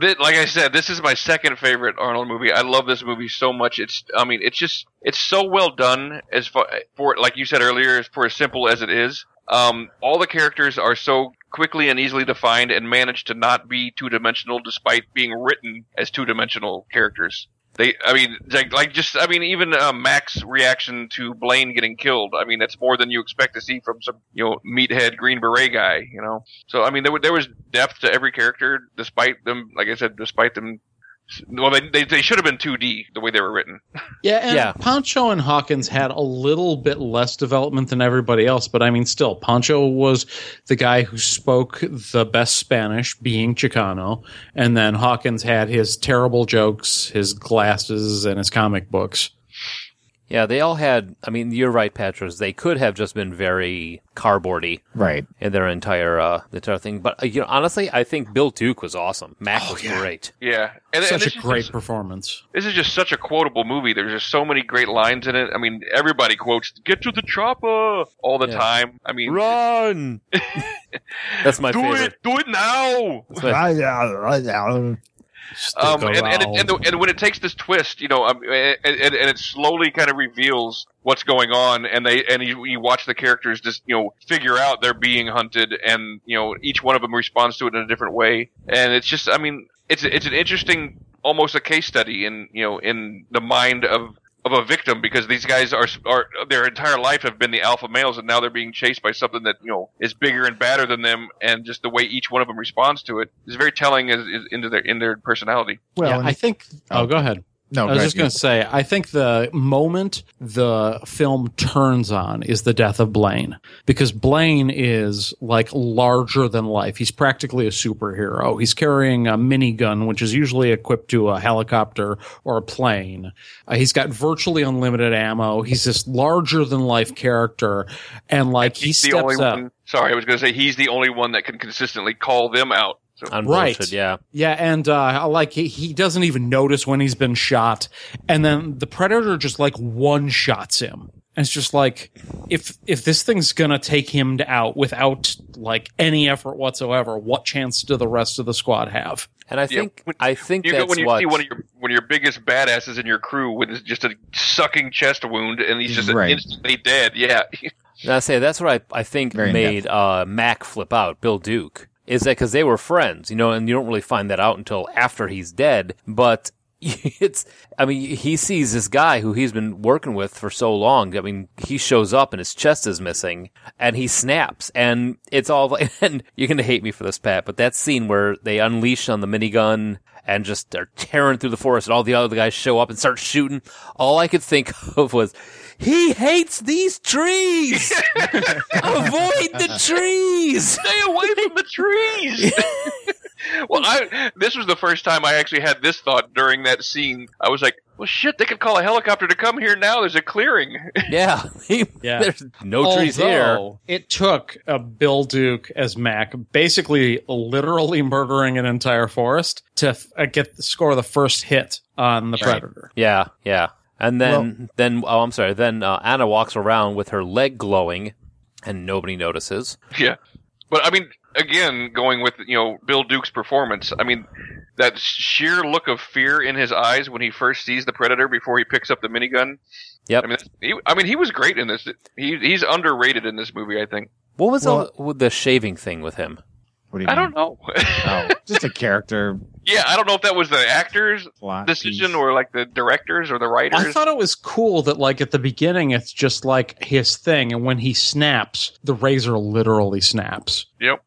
D: Th- like I said, this is my second favorite Arnold movie. I love this movie so much. It's, I mean, it's just, it's so well done as far for, like you said earlier, as for as simple as it is. Um, all the characters are so quickly and easily defined and manage to not be two dimensional despite being written as two dimensional characters. They, I mean, like, like just, I mean, even uh, Mac's reaction to Blaine getting killed. I mean, that's more than you expect to see from some, you know, meathead green beret guy. You know, so I mean, there, wa- there was depth to every character, despite them. Like I said, despite them. Well, they they, they should have been 2D the way they were written.
F: Yeah, and
C: Yeah.
F: Poncho and Hawkins had a little bit less development than everybody else, but I mean, still, Poncho was the guy who spoke the best Spanish, being Chicano, and then Hawkins had his terrible jokes, his glasses, and his comic books.
C: Yeah, they all had. I mean, you're right, Patras. They could have just been very cardboardy
E: Right.
C: in their entire uh, the entire thing. But uh, you know, honestly, I think Bill Duke was awesome. Mac was great.
D: Oh, Yeah, and, and
F: Such
D: this
F: a
D: is
F: great
D: just-
F: performance.
D: this is just such a quotable movie. There's just so many great lines in it. I mean, everybody quotes "Get to the chopper" all the
C: Yeah.
D: time. I mean,
C: Run. That's my
D: do
C: favorite.
D: it, do it now.
C: That's my-
D: Um, and, and, it, and, the, and when it takes this twist, you know, um, and, and, and it slowly kind of reveals what's going on, and they and you, you watch the characters just you know figure out they're being hunted, and you know each one of them responds to it in a different way, and it's just, I mean, it's it's an interesting, almost a case study in you know in the mind of of a victim because these guys are, are their entire life have been the alpha males and now they're being chased by something that you know is bigger and badder than them and just the way each one of them responds to it is very telling as, is into their in their personality
E: Well,
F: yeah,
E: and-
F: I think. Oh, go ahead.
E: no,
F: I was
E: go
F: just going
E: ahead.
F: to say, I think the moment the film turns on is the death of Blaine because Blaine is like larger than life. He's practically a superhero. He's carrying a minigun, which is usually equipped to a helicopter or a plane. Uh, he's got virtually unlimited ammo. He's this larger than life character, and like he
D: he's
F: steps
D: the only
F: up.
D: one sorry i was going to say he's the only one that can consistently call them out so
C: on
F: Right.
C: bullshit, Yeah.
F: Yeah, and uh, like he, he doesn't even notice when he's been shot, and then the predator just like one shots him, And it's just like if if this thing's gonna take him out without like any effort whatsoever, what chance do the rest of the squad have?
C: And I
D: Yeah,
C: think
D: when-
C: I think
D: You go,
C: that's
D: when you
C: what
D: see one of your one of your biggest badasses in your crew with just a sucking chest wound, and he's just
E: Right.
D: instantly dead. Yeah,
C: And I say that's what I, I think
E: Very
C: made uh, Mac flip out, Bill Duke, is that because they were friends, you know, and you don't really find that out until after he's dead. But it's, I mean, he sees this guy who he's been working with for so long. I mean, he shows up and his chest is missing and he snaps. And it's all, like- and you're going to hate me for this, Pat, but that scene where they unleash on the minigun and just are tearing through the forest and all the other guys show up and start shooting. All I could think of was, he hates these trees. Avoid the trees.
D: stay away from the trees. well, I this was the first time I actually had this thought during that scene. I was like, well, shit, they could call a helicopter to come here now. There's a clearing.
C: Yeah.
F: Yeah.
C: There's no trees here.
F: Although, It took a Bill Duke as Mac, basically literally murdering an entire forest to f- uh, get score the first hit on the predator.
C: Yeah, yeah. And then then oh, I'm sorry. Then uh, Anna walks around with her leg glowing and nobody notices.
D: yeah, but I mean, again, going with you know Bill Duke's performance. I mean, that sheer look of fear in his eyes when he first sees the predator before he picks up the minigun.
C: Yep.
D: I mean, that's- he, I mean, he was great in this. He he's underrated in this movie. I think.
C: what was
E: Well-
C: all, the shaving thing with him?
E: What do you
D: I
E: mean?
D: don't know.
E: Oh, just a character
D: yeah, I don't know if that was the actors'
E: plot
D: decision
E: piece.
D: or like the directors or the writers.
F: I thought it was cool that, like, at the beginning, it's just like his thing. And when he snaps, the razor literally snaps.
D: Yep.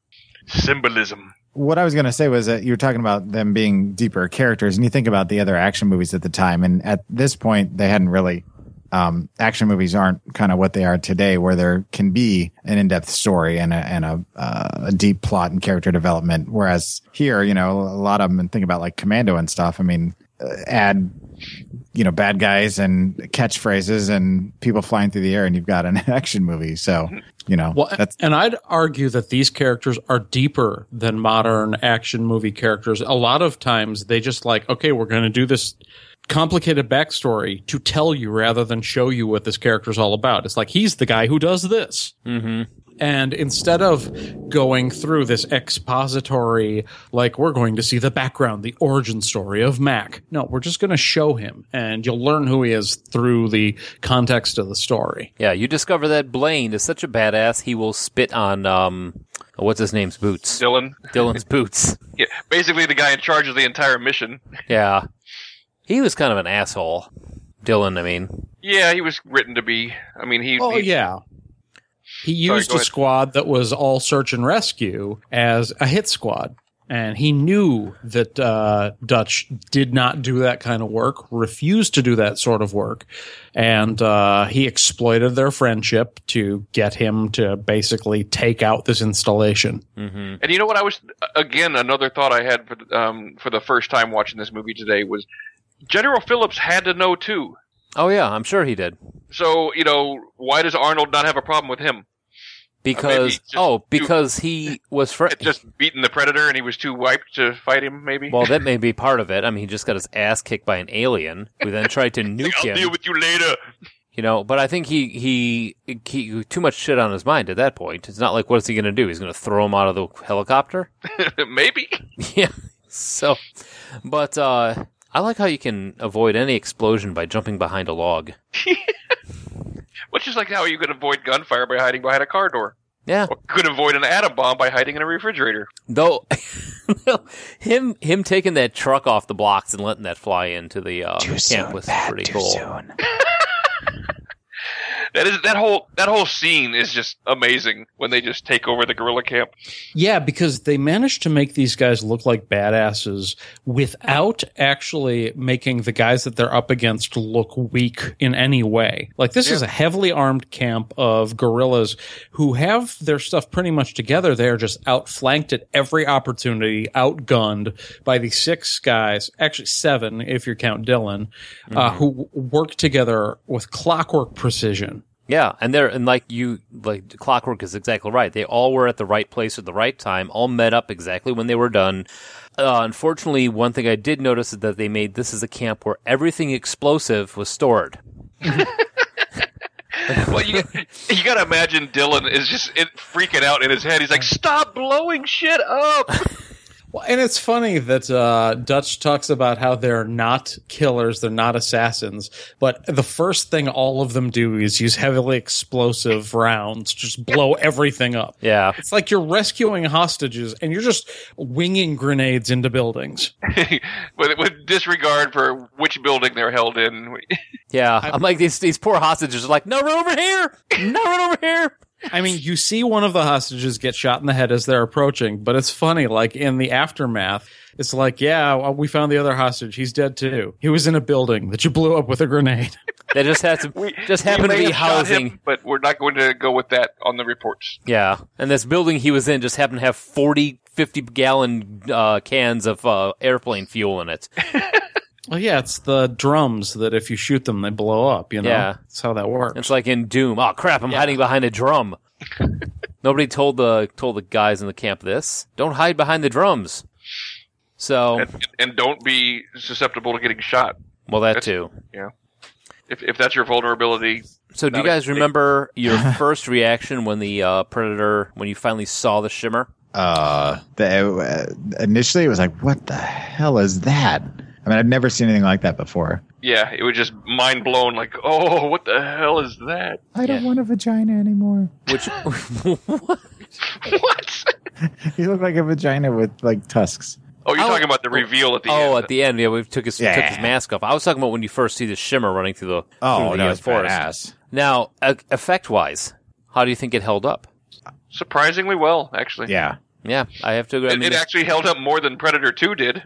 D: Symbolism.
E: what I was going to say was that you were talking about them being deeper characters, and you think about the other action movies at the time, and at this point, they hadn't really. Um, action movies aren't kind of what they are today, where there can be an in-depth story and a and a, uh, a deep plot and character development. Whereas here, you know, a lot of them. And think about like Commando and stuff. I mean, uh, add you know bad guys and catchphrases and people flying through the air, and you've got an action movie. So you know,
F: Well,
E: that's
F: and I'd argue that these characters are deeper than modern action movie characters. A lot of times they just like, okay, we're going to do this complicated backstory to tell you rather than show you what this character's all about. It's like he's the guy who does this.
C: Mm-hmm.
F: And instead of going through this expository, like we're going to see the background, the origin story of Mac. No, we're just going to show him and you'll learn who he is through the context of the story.
C: Yeah, you discover that Blaine is such a badass he will spit on um what's his name's boots.
D: Dylan.
C: Dylan's boots.
D: Yeah, basically the guy in charge of the entire mission.
C: Yeah. He was kind of an asshole. Dylan, I mean.
D: Yeah, he was written to be. I mean, he.
F: Oh
D: he-
F: yeah. He
D: Sorry,
F: used
D: go
F: a
D: ahead.
F: squad that was all search and rescue as a hit squad. And he knew that uh, Dutch did not do that kind of work, refused to do that sort of work. And uh, he exploited their friendship to get him to basically take out this installation.
C: Mm-hmm.
D: And you know what? I was again another thought I had for the, um, for the first time watching this movie today was General Phillips had to know too.
C: Oh yeah, I'm sure he did.
D: So you know why does Arnold not have a problem with him?
C: Because
D: just
C: oh,
D: do-
C: because he was fr-
D: Had just beaten the predator and he was too wiped to fight him. Maybe.
C: Well, that may be part of it. I mean, he just got his ass kicked by an alien who then tried to
D: Like,
C: nuke
D: I'll deal
C: him.
D: with you later.
C: You know, but I think he he he too much shit on his mind at that point. It's not like what is he going to do? He's going to throw him out of the helicopter?
D: maybe.
C: yeah. So, but uh I like how you can avoid any explosion by jumping behind a log.
D: Which is like how you could avoid gunfire by hiding behind a car door,
C: Yeah.
D: or could avoid an atom bomb by hiding in a refrigerator.
C: Though him him taking that truck off the blocks and letting that fly into the uh, campus is pretty cool.
D: That is that whole that whole scene is just amazing when they just take over the gorilla camp.
F: Yeah, because they managed to make these guys look like badasses without actually making the guys that they're up against look weak in any way. Like this is a heavily armed camp of gorillas who have their stuff pretty much together. They are just outflanked at every opportunity, outgunned by the six guys, actually seven if you count Dylan, uh, who w- work together with clockwork precision.
C: Yeah, and they're and like you like clockwork is exactly right. They all were at the right place at the right time, all met up exactly when they were done. Uh, unfortunately, one thing I did notice is that they made this is a camp where everything explosive was stored.
D: well, you, you gotta imagine Dylan is just it, freaking out in his head. He's like, "Stop blowing shit up!"
F: Well, and it's funny that uh, Dutch talks about how they're not killers, they're not assassins, but the first thing all of them do is use heavily explosive rounds, to just blow everything up.
C: Yeah.
F: It's like you're rescuing hostages and you're just winging grenades into buildings.
D: with, with disregard for which building they're held in.
C: Yeah. I'm like, these, these poor hostages are like, no, run over here. No, run over here.
F: I mean, you see one of the hostages get shot in the head as they're approaching, but it's funny. Like in the aftermath, it's like, yeah, well, we found the other hostage. He's dead too. He was in a building that you blew up with a grenade.
C: They just had to, just
D: We
C: happened to
D: may
C: be
D: have shot
C: housing.
D: him, but we're not going to go with that on the reports.
C: Yeah. And this building he was in just happened to have 40, 50 gallon uh, cans of uh, airplane fuel in it.
F: Well, yeah, it's the drums that if you shoot them, they blow up. You know,
C: Yeah.
F: that's how that works.
C: It's like in Doom. Oh crap! I'm hiding behind a drum. Nobody told the told the guys in the camp this. Don't hide behind the drums. So,
D: And, and don't be susceptible to getting shot.
C: well, that too.
D: If, if that's your vulnerability,
C: So, do you
D: Not a
C: guys
D: thing.
C: remember your first reaction when the uh, predator when you finally saw the shimmer?
E: uh, the, uh, initially it was like, what the hell is that? I mean, I've never seen anything like that before.
D: yeah, it was just mind blown. Like, oh, what the hell is that?
E: I don't
C: Yeah.
E: want a vagina anymore.
C: Which
D: What?
E: You look like a vagina with like tusks.
D: Oh, you're
C: Oh,
D: talking about the reveal at the end.
C: oh, at the end, yeah, we took his took his
E: Yeah.
C: mask off. I was talking about when you first see the shimmer running through the through
E: Oh,
C: the
E: that
C: uh,
E: was
C: forest.
E: badass.
C: Now, effect wise, how do you think it held up?
D: Surprisingly well, actually.
E: Yeah.
C: Yeah, I have to agree.
D: It,
C: I mean,
D: it actually held up more than Predator 2 did.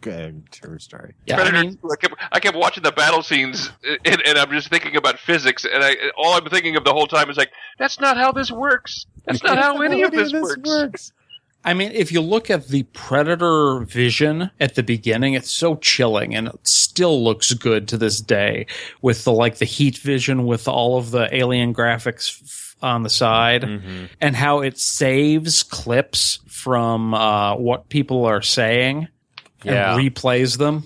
E: Good, True story.
C: yeah,
D: Predator
F: I mean-
D: 2, I kept, I kept watching the battle scenes, and, and I'm just thinking about physics, and I, all I'm thinking of the whole time is like, that's not how this works. That's not how any of this, works.
F: I mean, if you look at the Predator vision at the beginning, it's so chilling and it still looks good to this day with the like the heat vision with all of the alien graphics f- on the side and how it saves clips from uh, what people are saying
C: Yeah.
F: and replays them.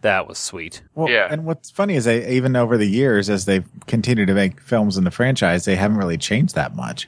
C: that was sweet.
E: Well,
D: Yeah.
E: And what's funny is they even over the years, as they've continued to make films in the franchise, they haven't really changed that much.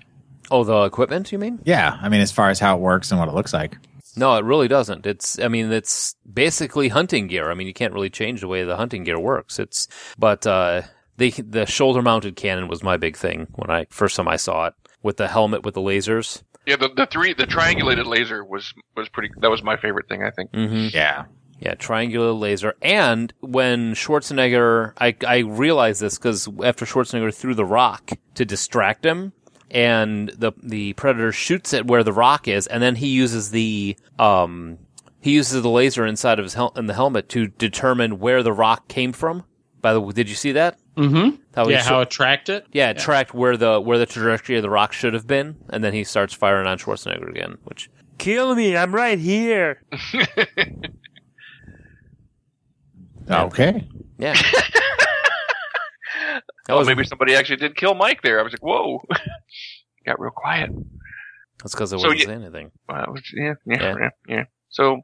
C: Oh, the equipment, you mean?
E: Yeah, I mean, as far as how it works and what it looks like.
C: No, it really doesn't. It's, I mean, it's basically hunting gear. I mean, you can't really change the way the hunting gear works. It's, but, uh, the, the shoulder mounted cannon was my big thing when I first time I saw it with the helmet with the lasers.
D: Yeah, the, the three the triangulated laser was was pretty. That was my favorite thing, I think.
C: Mm-hmm.
E: Yeah,
C: Yeah, triangular laser. And when Schwarzenegger, I, I realized this because after Schwarzenegger threw the rock to distract him, and the the predator shoots at where the rock is, and then he uses the um he uses the laser inside of his hel- in the helmet to determine where the rock came from. By the way, did you see that?
F: Mm-hmm.
C: How he
F: Yeah,
C: sho-
F: how it tracked it.
C: yeah, it tracked where the where the trajectory of the rock should have been, and then he starts firing on Schwarzenegger again, which kill me, I'm right here.
E: Okay.
C: Yeah. That
D: Oh,
C: was
D: maybe somebody actually did kill Mike there. I was like, whoa. Got real quiet.
C: That's because I
D: So
C: wouldn't
D: you-
C: say anything.
D: Wow. Yeah, yeah,
C: Yeah.
D: yeah, yeah. So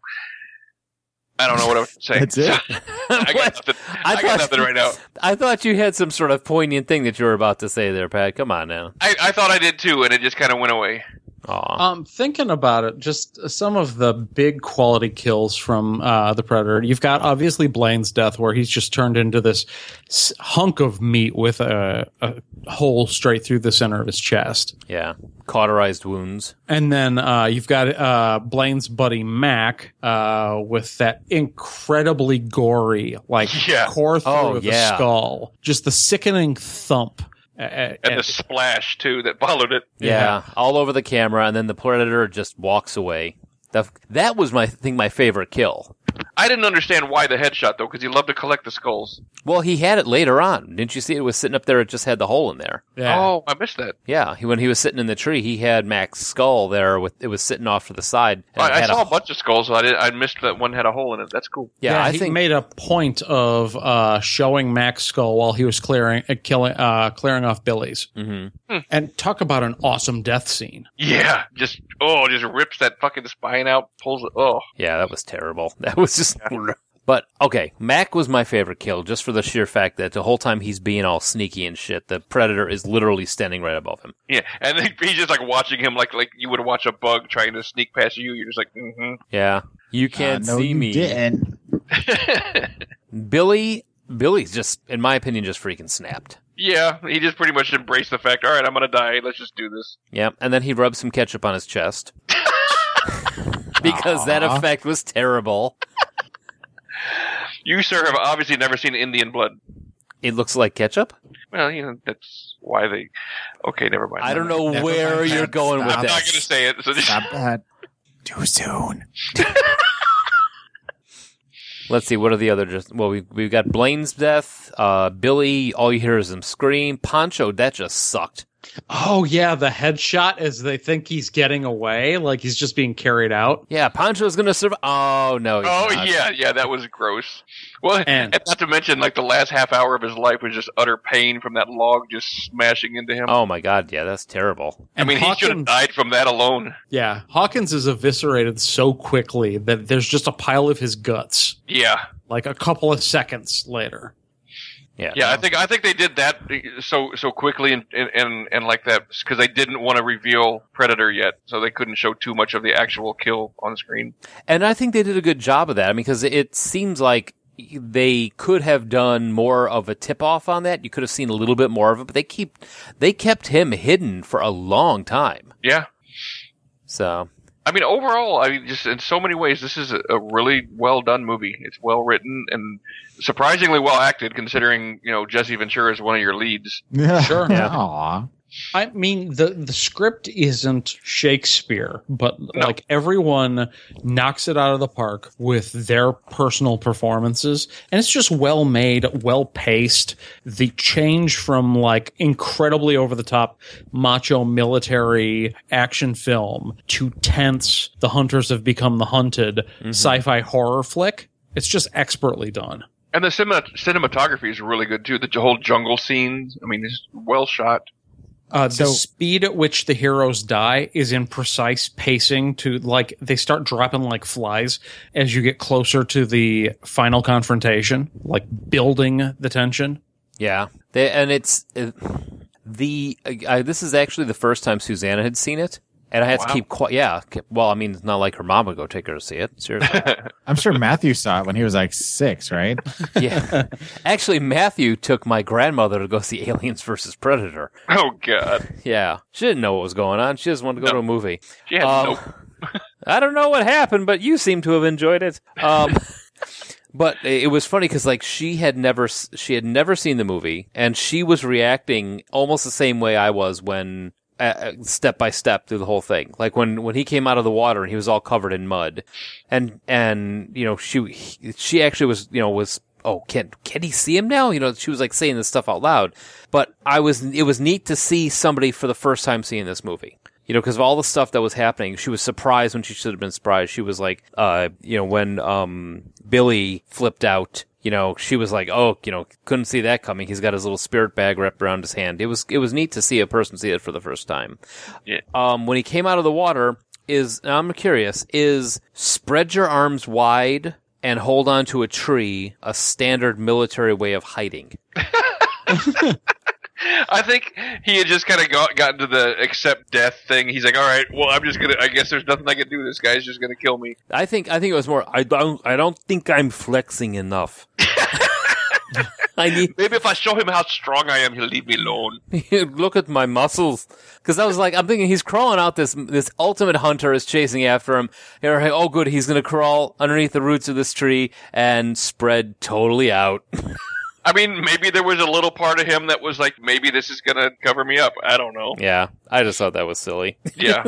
D: I don't know what I was saying.
E: That's it?
D: I got nothing. I, got nothing right now.
C: I thought you had some sort of poignant thing that you were about to say there, Pat. Come on now.
D: I, I thought I did too, and it just kind of went away.
C: Aw.
F: Um, thinking about it, just some of the big quality kills from uh, the Predator. You've got obviously Blaine's death, where he's just turned into this s- hunk of meat with a, a hole straight through the center of his chest.
C: yeah. Cauterized wounds.
F: And then uh, you've got uh, Blaine's buddy Mac uh, with that incredibly gory, like
D: Yeah.
F: core through
C: Oh,
F: of
C: yeah.
F: the skull, just the sickening thump. at-
D: And the
F: at-
D: splash too that followed it.
C: Yeah. All over the camera, and then the predator just walks away. That, that was my thing, my favorite kill.
D: I didn't understand why the headshot though, because he loved to collect the skulls.
C: Well, he had it later on. Didn't you see it was sitting up there? It just had the hole in there.
F: yeah.
D: Oh, I missed that.
C: Yeah. He, when he was sitting in the tree, he had Mac's skull there with it was sitting off to the side. and it
D: Oh, I, I
C: had a-
D: saw a bunch of skulls, so I did, I missed that one had a hole in it. That's cool.
C: yeah, I
F: he
C: think
F: made a point of uh, showing Mac's skull while he was clearing, uh, killing, uh, clearing off Billy's,
C: Mhm.
F: and talk about an awesome death scene.
D: Yeah, just oh, just rips that fucking spine out, pulls it. Oh,
C: Yeah, that was terrible. That was just But okay, Mac was my favorite kill just for the sheer fact that the whole time he's being all sneaky and shit, the predator is literally standing right above him.
D: Yeah, and then he's just like watching him, like like you would watch a bug trying to sneak past you. You're just like, mm-hmm.
C: Yeah. You can't
E: Uh, no,
C: see
E: you
C: me.
E: Didn't.
D: mm-hmm.
C: Billy Billy's just in my opinion just freaking snapped.
D: yeah. He just pretty much embraced the fact. All right, I'm gonna die. Let's just do this.
C: Yeah, and then he rubbed some ketchup on his chest. because that
E: Aw.
C: effect was terrible.
D: You sir have obviously never seen Indian blood.
C: It looks like ketchup.
D: Well, you know that's why they. Okay, never mind.
C: I don't know
E: Never
C: where
E: mind.
C: you're going
E: Stop.
C: with
D: I'm
C: that.
D: not gonna say it. So just,
E: Stop that. Too soon.
C: Let's see. What are the other? Just well, we we've got Blaine's death. Uh, Billy. All you hear is him scream. Poncho. That just sucked.
F: Oh yeah, the headshot is they think he's getting away, like he's just being carried out.
C: Yeah, Poncho's gonna survive. Oh no. he's
D: Oh
C: not.
D: yeah, yeah, that was gross. Well,
F: And-
D: and not to mention, like the last half hour of his life was just utter pain from that log just smashing into him.
C: Oh my god. Yeah, that's terrible.
D: I mean, he should have died from that alone.
F: Yeah, Hawkins is eviscerated so quickly that there's just a pile of his guts,
D: Yeah,
F: like a couple of seconds later.
C: Yeah.
D: yeah. I think I think they did that so so quickly and and and, and like that because they didn't want to reveal Predator yet, so they couldn't show too much of the actual kill on screen.
C: And I think they did a good job of that. I mean, because it seems like they could have done more of a tip off on that. You could have seen a little bit more of it, but they keep they kept him hidden for a long time.
D: Yeah.
C: So
D: I mean, overall, I mean, just in so many ways, this is a, a really well done movie. It's well written and surprisingly well acted, considering you know Jesse Ventura is one of your leads.
F: Sure.
C: Yeah.
E: Aw.
F: I mean, the the script isn't Shakespeare, but
D: No.
F: like everyone knocks it out of the park with their personal performances, and it's just well made, well paced. The change from like incredibly over the top macho military action film to tense, the hunters have become the hunted sci-fi horror flick. It's just expertly done.
D: And the cinema, cinematography is really good too. The j- whole jungle scenes, I mean, it's well shot.
F: Uh, the
E: So-
F: speed at which the heroes die is in precise pacing to like they start dropping like flies as you get closer to the final confrontation, like building the tension.
C: Yeah, they, and it's uh, the uh, I, this is actually the first time Susanna had seen it, and I had to
D: Wow.
C: keep quiet. Yeah, ke- well, I mean, it's not like her mom would go take her to see it. Seriously,
E: I'm sure Matthew saw it when he was like six, right?
C: yeah. Actually, Matthew took my grandmother to go see Aliens versus Predator.
D: Oh god,
C: Yeah, she didn't know what was going on. She just wanted to go to a movie.
D: she had
C: Um,
D: no.
C: I don't know what happened, but you seem to have enjoyed it. Um, but it was funny because like she had never s- she had never seen the movie, and she was reacting almost the same way I was when uh, uh, step by step through the whole thing. Like when when he came out of the water and he was all covered in mud, and and you know she he- she actually was you know was. Oh, can can he see him now? You know, she was like saying this stuff out loud, but I was it was neat to see somebody for the first time seeing this movie you know, because of all the stuff that was happening, she was surprised when she should have been surprised. She was like, uh, you know, when um Billy flipped out, you know, she was like, oh, you know, couldn't see that coming. He's got his little spirit bag wrapped around his hand. It was it was neat to see a person see it for the first time.
D: Yeah.
C: Um, when he came out of the water, is now I'm curious, is spread your arms wide and hold on to a tree a standard military way of hiding?
D: I think he had just kind of got gotten to the accept death thing. He's like, all right, well, I'm just gonna. I guess there's nothing I can do. This guy's just gonna kill me.
C: I think I think it was more. I don't. I don't think I'm flexing enough. I need
D: Maybe if I show him how strong I am, he'll leave me alone.
C: look at my muscles because I was like, I'm thinking he's crawling out. This this ultimate hunter is chasing after him. And we're like, oh, good, he's gonna crawl underneath the roots of this tree and spread totally out.
D: I mean, maybe there was a little part of him that was like, maybe this is gonna cover me up. I don't know.
C: yeah, I just thought that was silly.
D: Yeah.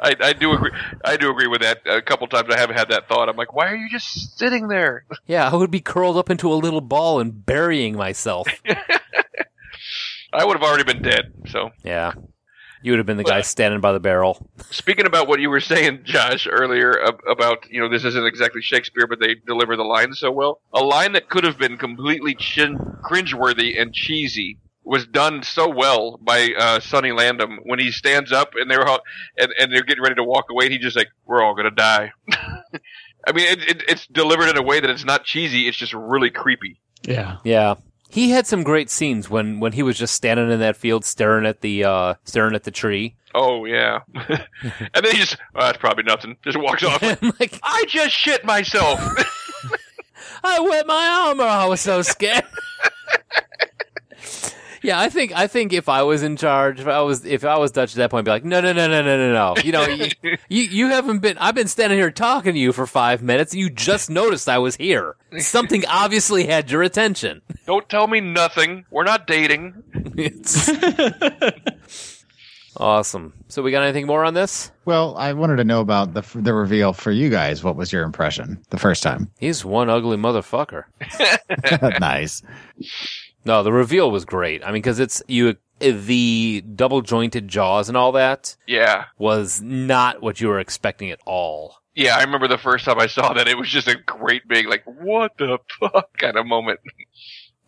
D: I, I do agree. I do agree with that. A couple times I have had that thought. I'm like, why are you just sitting there?
C: yeah, I would be curled up into a little ball and burying myself.
D: I would have already been dead. So.
C: yeah, you would have been the guy standing by the barrel.
D: Speaking about what you were saying, Josh, earlier ab- about you know this isn't exactly Shakespeare, but they deliver the line so well. A line that could have been completely chin- cringeworthy and cheesy was done so well by uh, Sonny Landham when he stands up and they're all, and, and they're getting ready to walk away. And he just like, "We're all gonna die." I mean, it, it, it's delivered in a way that it's not cheesy. It's just really creepy.
F: Yeah.
C: Yeah. He had some great scenes when, when he was just standing in that field staring at the uh, staring at the tree.
D: Oh yeah, and then he just oh, that's probably nothing. Just walks off. like,
C: I'm like,
D: I just shit myself.
C: I wet my armor. I was so scared. yeah, I think I think if I was in charge, if I was if I was Dutch at that point, I'd be like, no, no, no, no, no, no, no. You know, you, you you haven't been. I've been standing here talking to you for five minutes. You just noticed I was here. Something obviously had your attention.
D: Don't tell me nothing. We're not dating.
C: It's awesome. So we got anything more on this?
E: Well, I wanted to know about the the reveal for you guys. What was your impression the first time?
C: He's one ugly motherfucker.
E: nice.
C: No, the reveal was great. I mean, because it's you, the double jointed jaws and all that
D: Yeah,
C: was not what you were expecting at all.
D: yeah. I remember the first time I saw that. It was just a great big like what the fuck kind of moment.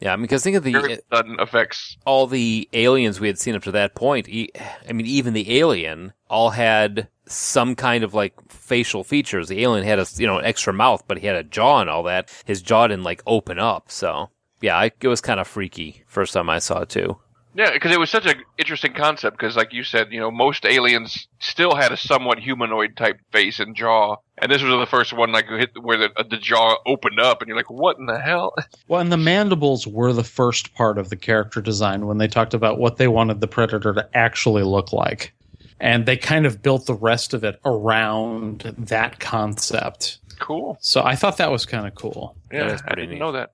C: Yeah, I mean, because think of
D: Very
C: the uh,
D: sudden effects.
C: all the aliens we had seen up to that point. e- I mean, even the alien all had some kind of like facial features. The alien had a you know an extra mouth, but he had a jaw and all that. His jaw didn't like open up, so yeah, I, it was kind of freaky first time I saw it too.
D: Yeah, because it was such an interesting concept. Because, like you said, you know, most aliens still had a somewhat humanoid type face and jaw, and this was the first one like hit where the, the jaw opened up, and you're like, "What in the hell?"
F: Well, and the mandibles were the first part of the character design when they talked about what they wanted the predator to actually look like. And they kind of built the rest of it around that concept.
D: Cool.
F: So I thought that was kind of cool.
D: Yeah,
C: that's
D: I
C: pretty
D: didn't
C: neat. Uh.
D: know that.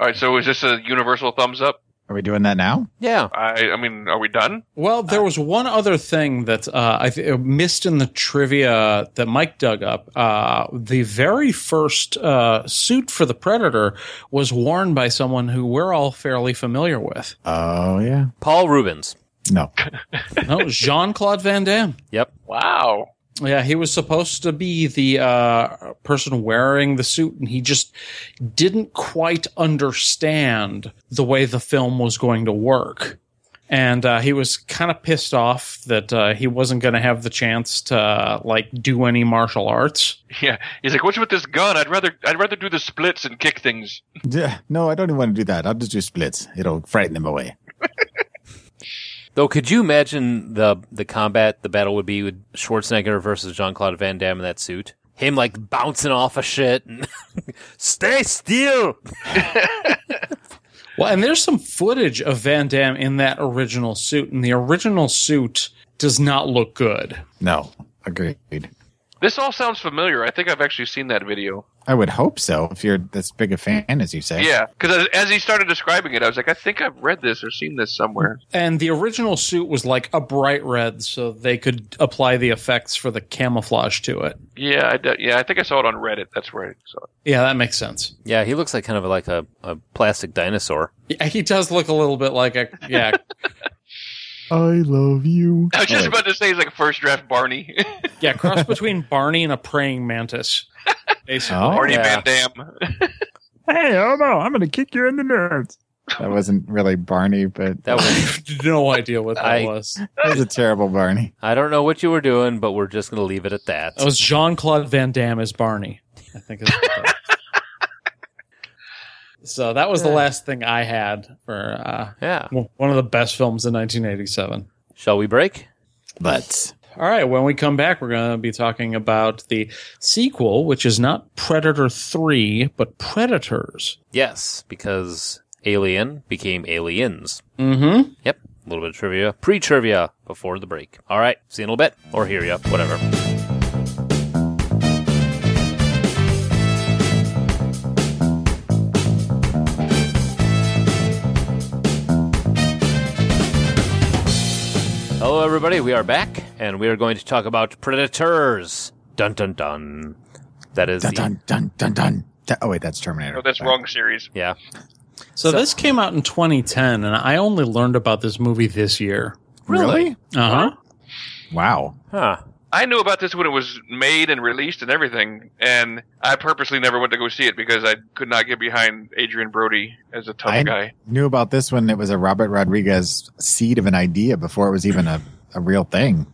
D: All right, so is this a universal thumbs up?
E: Are we doing that now?
C: Yeah,
D: I, I mean, are we done?
F: Well, there was one other thing that uh, I th- missed in the trivia that Mike dug up. Uh, the very first uh, suit for the Predator was worn by someone who we're all fairly familiar with.
E: Oh yeah.
C: Paul Rubens.
E: No.
F: No, Jean Claude Van Damme.
C: Yep.
D: Wow.
F: Yeah, he was supposed to be the uh, person wearing the suit, and he just didn't quite understand the way the film was going to work. And uh, he was kind of pissed off that uh, he wasn't going to have the chance to uh, like do any martial arts.
D: Yeah, he's like, "What's with this gun? I'd rather, I'd rather do the splits and kick things."
E: Yeah. No, I don't even want to do that. I'll just do splits. It'll frighten them away.
C: Though, could you imagine the the combat, the battle would be with Schwarzenegger versus Jean Claude Van Damme in that suit? Him like bouncing off of shit. And Stay still.
F: Well, and there's some footage of Van Damme in that original suit, and the original suit does not look good.
E: No. Agreed.
D: This all sounds familiar. I think I've actually seen that video.
E: I would hope so. If you're this big a fan as you say.
D: Yeah, because as, as he started describing it, I was like, "I think I've read this or seen this somewhere."
F: And the original suit was like a bright red, so they could apply the effects for the camouflage to it.
D: Yeah, I d- yeah, I think I saw it on Reddit. That's where I saw it.
F: Yeah, that makes sense.
C: Yeah, he looks like kind of like a, a plastic dinosaur.
F: Yeah, he does look a little bit like a yeah,
E: I love you.
D: I was just
E: Oh,
D: about to say he's like first draft Barney,
F: yeah, cross between Barney and a praying mantis. Basically.
E: Oh.
D: Barney
C: Yeah.
D: Van Dam.
E: Hey, Elmo, I'm going to kick you in the nerves. That wasn't really Barney, but
C: That
F: I
C: was.
F: have no idea what that
C: I-
F: was.
E: that was a terrible Barney.
C: I don't know what you were doing, but we're just going to leave it at that.
F: That was Jean Claude Van Damme as Barney. I think. Is what that was. so that was the last thing I had for uh,
C: yeah.
F: w- one of the best films in 1987.
C: Shall we break?
E: But
F: All right, when we come back, we're going to be talking about the sequel, which is not Predator 3, but Predators.
C: Yes, because Alien became Aliens.
F: Mm hmm.
C: Yep. A little bit of trivia, pre trivia before the break. All right. See you in a little bit or hear ya, whatever. Hello, everybody. We are back and we are going to talk about Predators. Dun dun dun. That is
E: dun
C: the.
E: dun dun dun dun. Da- Oh wait, that's Terminator.
D: no, that's
E: Sorry.
D: wrong series.
C: Yeah.
F: So,
C: So-
F: this came out in 2010, and I only learned about this movie this year.
E: Really?
F: Uh huh.
E: Wow.
C: Huh.
D: I knew about this when it was made and released and everything, and I purposely never went to go see it because I could not get behind Adrian Brody as a tough
E: I
D: guy.
E: knew about this when it was a Robert Rodriguez seed of an idea before it was even a, a real thing.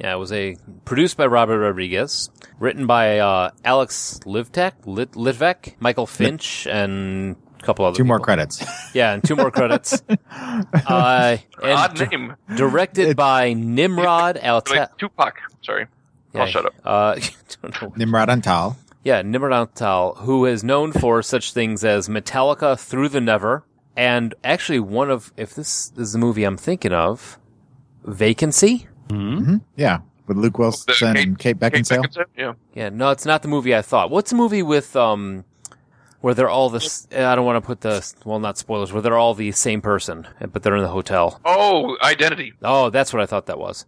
C: Yeah, it was a produced by Robert Rodriguez, written by uh, Alex Livtek, Lit- Litvek, Michael Finch, and a couple other
E: Two more
C: people.
E: credits.
C: Yeah, and two more credits. uh, and
D: Odd
C: di-
D: name.
C: Directed by Nimrod Alta.
D: Like Tupac. Sorry.
C: Yeah,
D: I'll shut up.
C: Uh, don't know.
E: Nimrod Antal.
C: Yeah, Nimrod Antal, who is known for such things as Metallica Through the Never, and actually one of, if this is the movie I'm thinking of, Vacancy?
E: Mm-hmm. Yeah, with Luke Wilson
D: The
E: and Kate Beckinsale.
D: Yeah.
C: Yeah, no, it's not the movie I thought. What's the movie with, um, where they're all this, I don't want to put the, well, not spoilers, where they're all the same person, eh, but they're in the hotel.
D: Oh, Identity.
C: Oh, that's what I thought that was.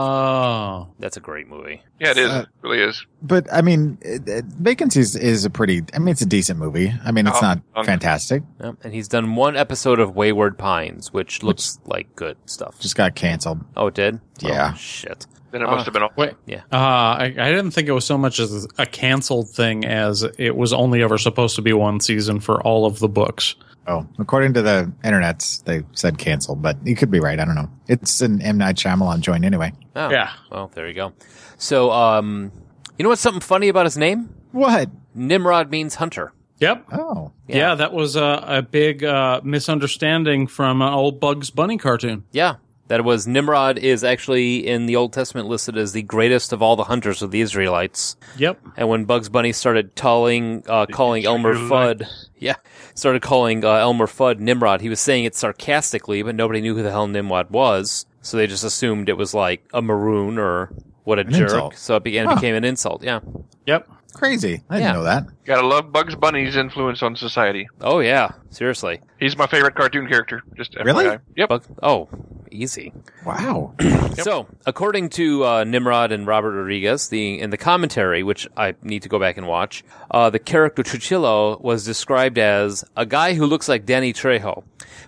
F: Oh.
C: That's a great movie.
D: Yeah, it is.
E: Uh,
D: it really is.
E: But I mean, it, it, Vacancies is a pretty. I mean, it's a decent movie. I mean, it's
D: Oh,
E: not
D: okay.
E: fantastic.
C: Yeah, and he's done one episode of Wayward Pines, which looks like good stuff.
E: Just got canceled.
C: Oh, it did?
E: Yeah.
C: Oh, shit.
D: Then it must have been. all-
F: Wait.
C: Yeah.
F: Uh, I, I didn't think it was so much as a canceled thing as it was only ever supposed to be one season for all of the books.
E: Oh, according to the internets, they said canceled, but you could be right. I don't know. It's an M Night Shyamalan joint anyway.
C: Oh,
F: Yeah.
C: Well, there you go. So, um, you know what's something funny about his name?
E: What?
C: Nimrod means hunter.
F: Yep.
E: Oh,
C: Yeah.
F: Yeah, that was a, a big uh, misunderstanding from an old Bugs Bunny cartoon.
C: Yeah. That was Nimrod is actually in the Old Testament listed as the greatest of all the hunters of the Israelites.
F: Yep.
C: And when Bugs Bunny started telling, uh, calling Elmer Fudd, yeah, started calling uh, Elmer Fudd Nimrod, he was saying it sarcastically, but nobody knew who the hell Nimrod was, so they just assumed it was like a maroon or what a jerk.
E: insult.
C: So it began it became an insult. Yeah.
F: Yep.
E: crazy! I
C: Yeah.
E: didn't know that.
D: Gotta love Bugs Bunny's influence on society.
C: Oh yeah. Seriously.
D: He's my favorite cartoon character. Just FYI.
E: Really?
D: Yep.
C: Bug- oh, easy.
E: Wow.
C: So, according to uh, Nimrod and Robert Rodriguez, the in the commentary, which I need to go back and watch, uh, the character Chuchillo was described as a guy who looks like Danny Trejo.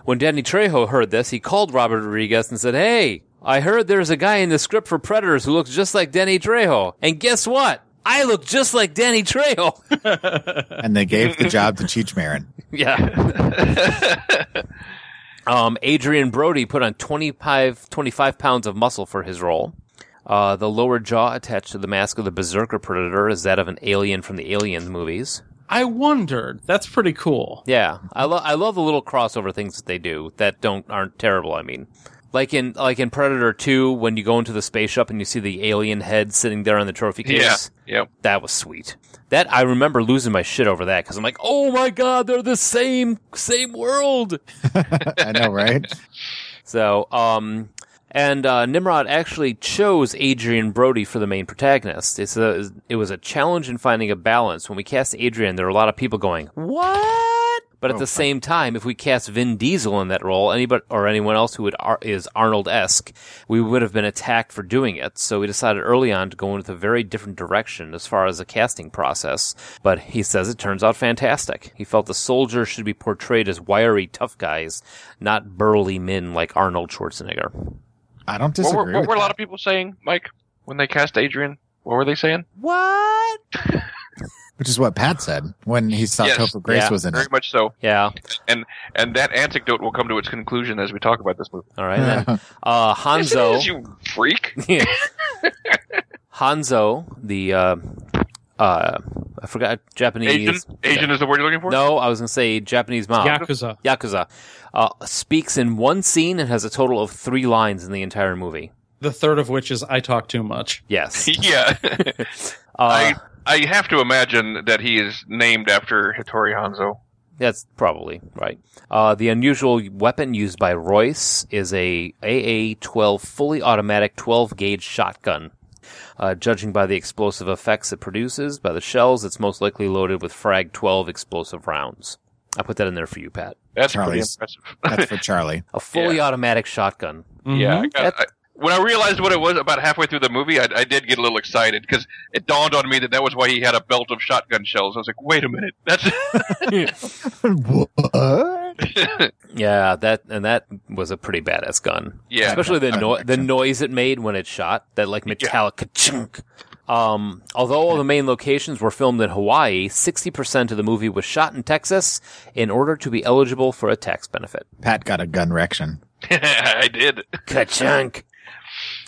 C: When Danny Trejo heard this, he called Robert Rodriguez and said, "Hey, I heard there's a guy in the script for Predators who looks just like Danny Trejo, and guess what? I look just like Danny Trejo."
E: and they gave the job to Cheech Marin.
C: Yeah. um, Adrian Brody put on 25, 25 pounds of muscle for his role. Uh, the lower jaw attached to the mask of the Berserker Predator is that of an alien from the Alien movies.
F: I wondered. That's pretty cool.
C: Yeah, I love I love the little crossover things that they do that don't aren't terrible. I mean, like in like in Predator Two, when you go into the spaceship and you see the alien head sitting there on the trophy case.
D: Yeah. Yep.
C: That was sweet. That I remember losing my shit over that because I'm like, oh my god, they're the same same world.
E: I know, right?
C: So, um, and uh, Nimrod actually chose Adrian Brody for the main protagonist. It's a, it was a challenge in finding a balance. When we cast Adrian, there were a lot of people going, "What?" But at the same time, if we cast Vin Diesel in that role, anybody or anyone else who would ar- is Arnold esque, we would have been attacked for doing it. So we decided early on to go into a very different direction as far as the casting process. But he says it turns out fantastic. He felt the soldier should be portrayed as wiry, tough guys, not burly men like Arnold Schwarzenegger.
E: I don't
D: What
E: disagree.
D: were, what
E: with
D: were a
E: that.
D: lot of people saying, Mike, when they cast Adrian? What were they saying?
C: What?
E: Which is what Pat said when he saw
D: Yes.
E: Topher Grace
C: Yeah.
E: was in
D: Very
E: it.
D: much so.
C: Yeah.
D: And and that anecdote will come to its conclusion as we talk about this movie.
C: All right then. Uh,
D: Yes, it is,
C: Hanzo.
D: you freak.
C: Hanzo, the uh, uh, I forgot Japanese.
D: Asian. Asian is the word you're looking for.
C: No, I was gonna say Japanese mob.
F: Yakuza.
C: Yakuza uh, speaks in one scene and has a total of three lines in the entire movie.
F: The third of which is I talk too much.
C: Yes.
D: Yeah.
C: Uh,
D: I I have to imagine that he is named after Hattori Hanzo.
C: That's probably right. Uh, the unusual weapon used by Royce is a AA-12 fully automatic 12-gauge shotgun. Uh, judging by the explosive effects it produces by the shells, it's most likely loaded with frag 12 explosive rounds. I put that in there for you, Pat.
D: That's
E: Charlie's-
D: pretty impressive.
E: That's for Charlie.
C: A fully automatic shotgun.
D: yeah. I
F: Mhm.
D: got, I, when I realized what it was about halfway through the movie, I, I did get a little excited because it dawned on me that that was why he had a belt of shotgun shells. I was like, wait a minute, that's
E: what?
C: Yeah, that and that was a pretty badass gun.
D: Yeah.
C: especially the
E: I
C: no-
E: like
C: the
E: that.
C: noise it made when it shot, that like metallic chunk. Um, although all the main locations were filmed in Hawaii, sixty percent of the movie was shot in Texas in order to be eligible for a tax benefit.
E: Pat got a gun erection.
D: I did.
C: Ka-chunk.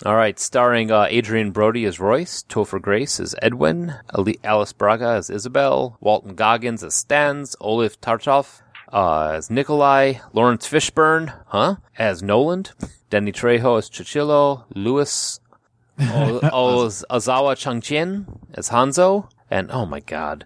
C: All right, starring uh, Adrian Brody as Royce, Topher Grace as Edwin, Ali- Alice Braga as Isabel, Walton Goggins as Stans, Olaf Tartov uh, as Nikolai, Lawrence Fishburne, huh, as Noland, Danny Trejo as Chichilo, Louis o- o- Ozawa Changqin as Hanzo, and oh my god,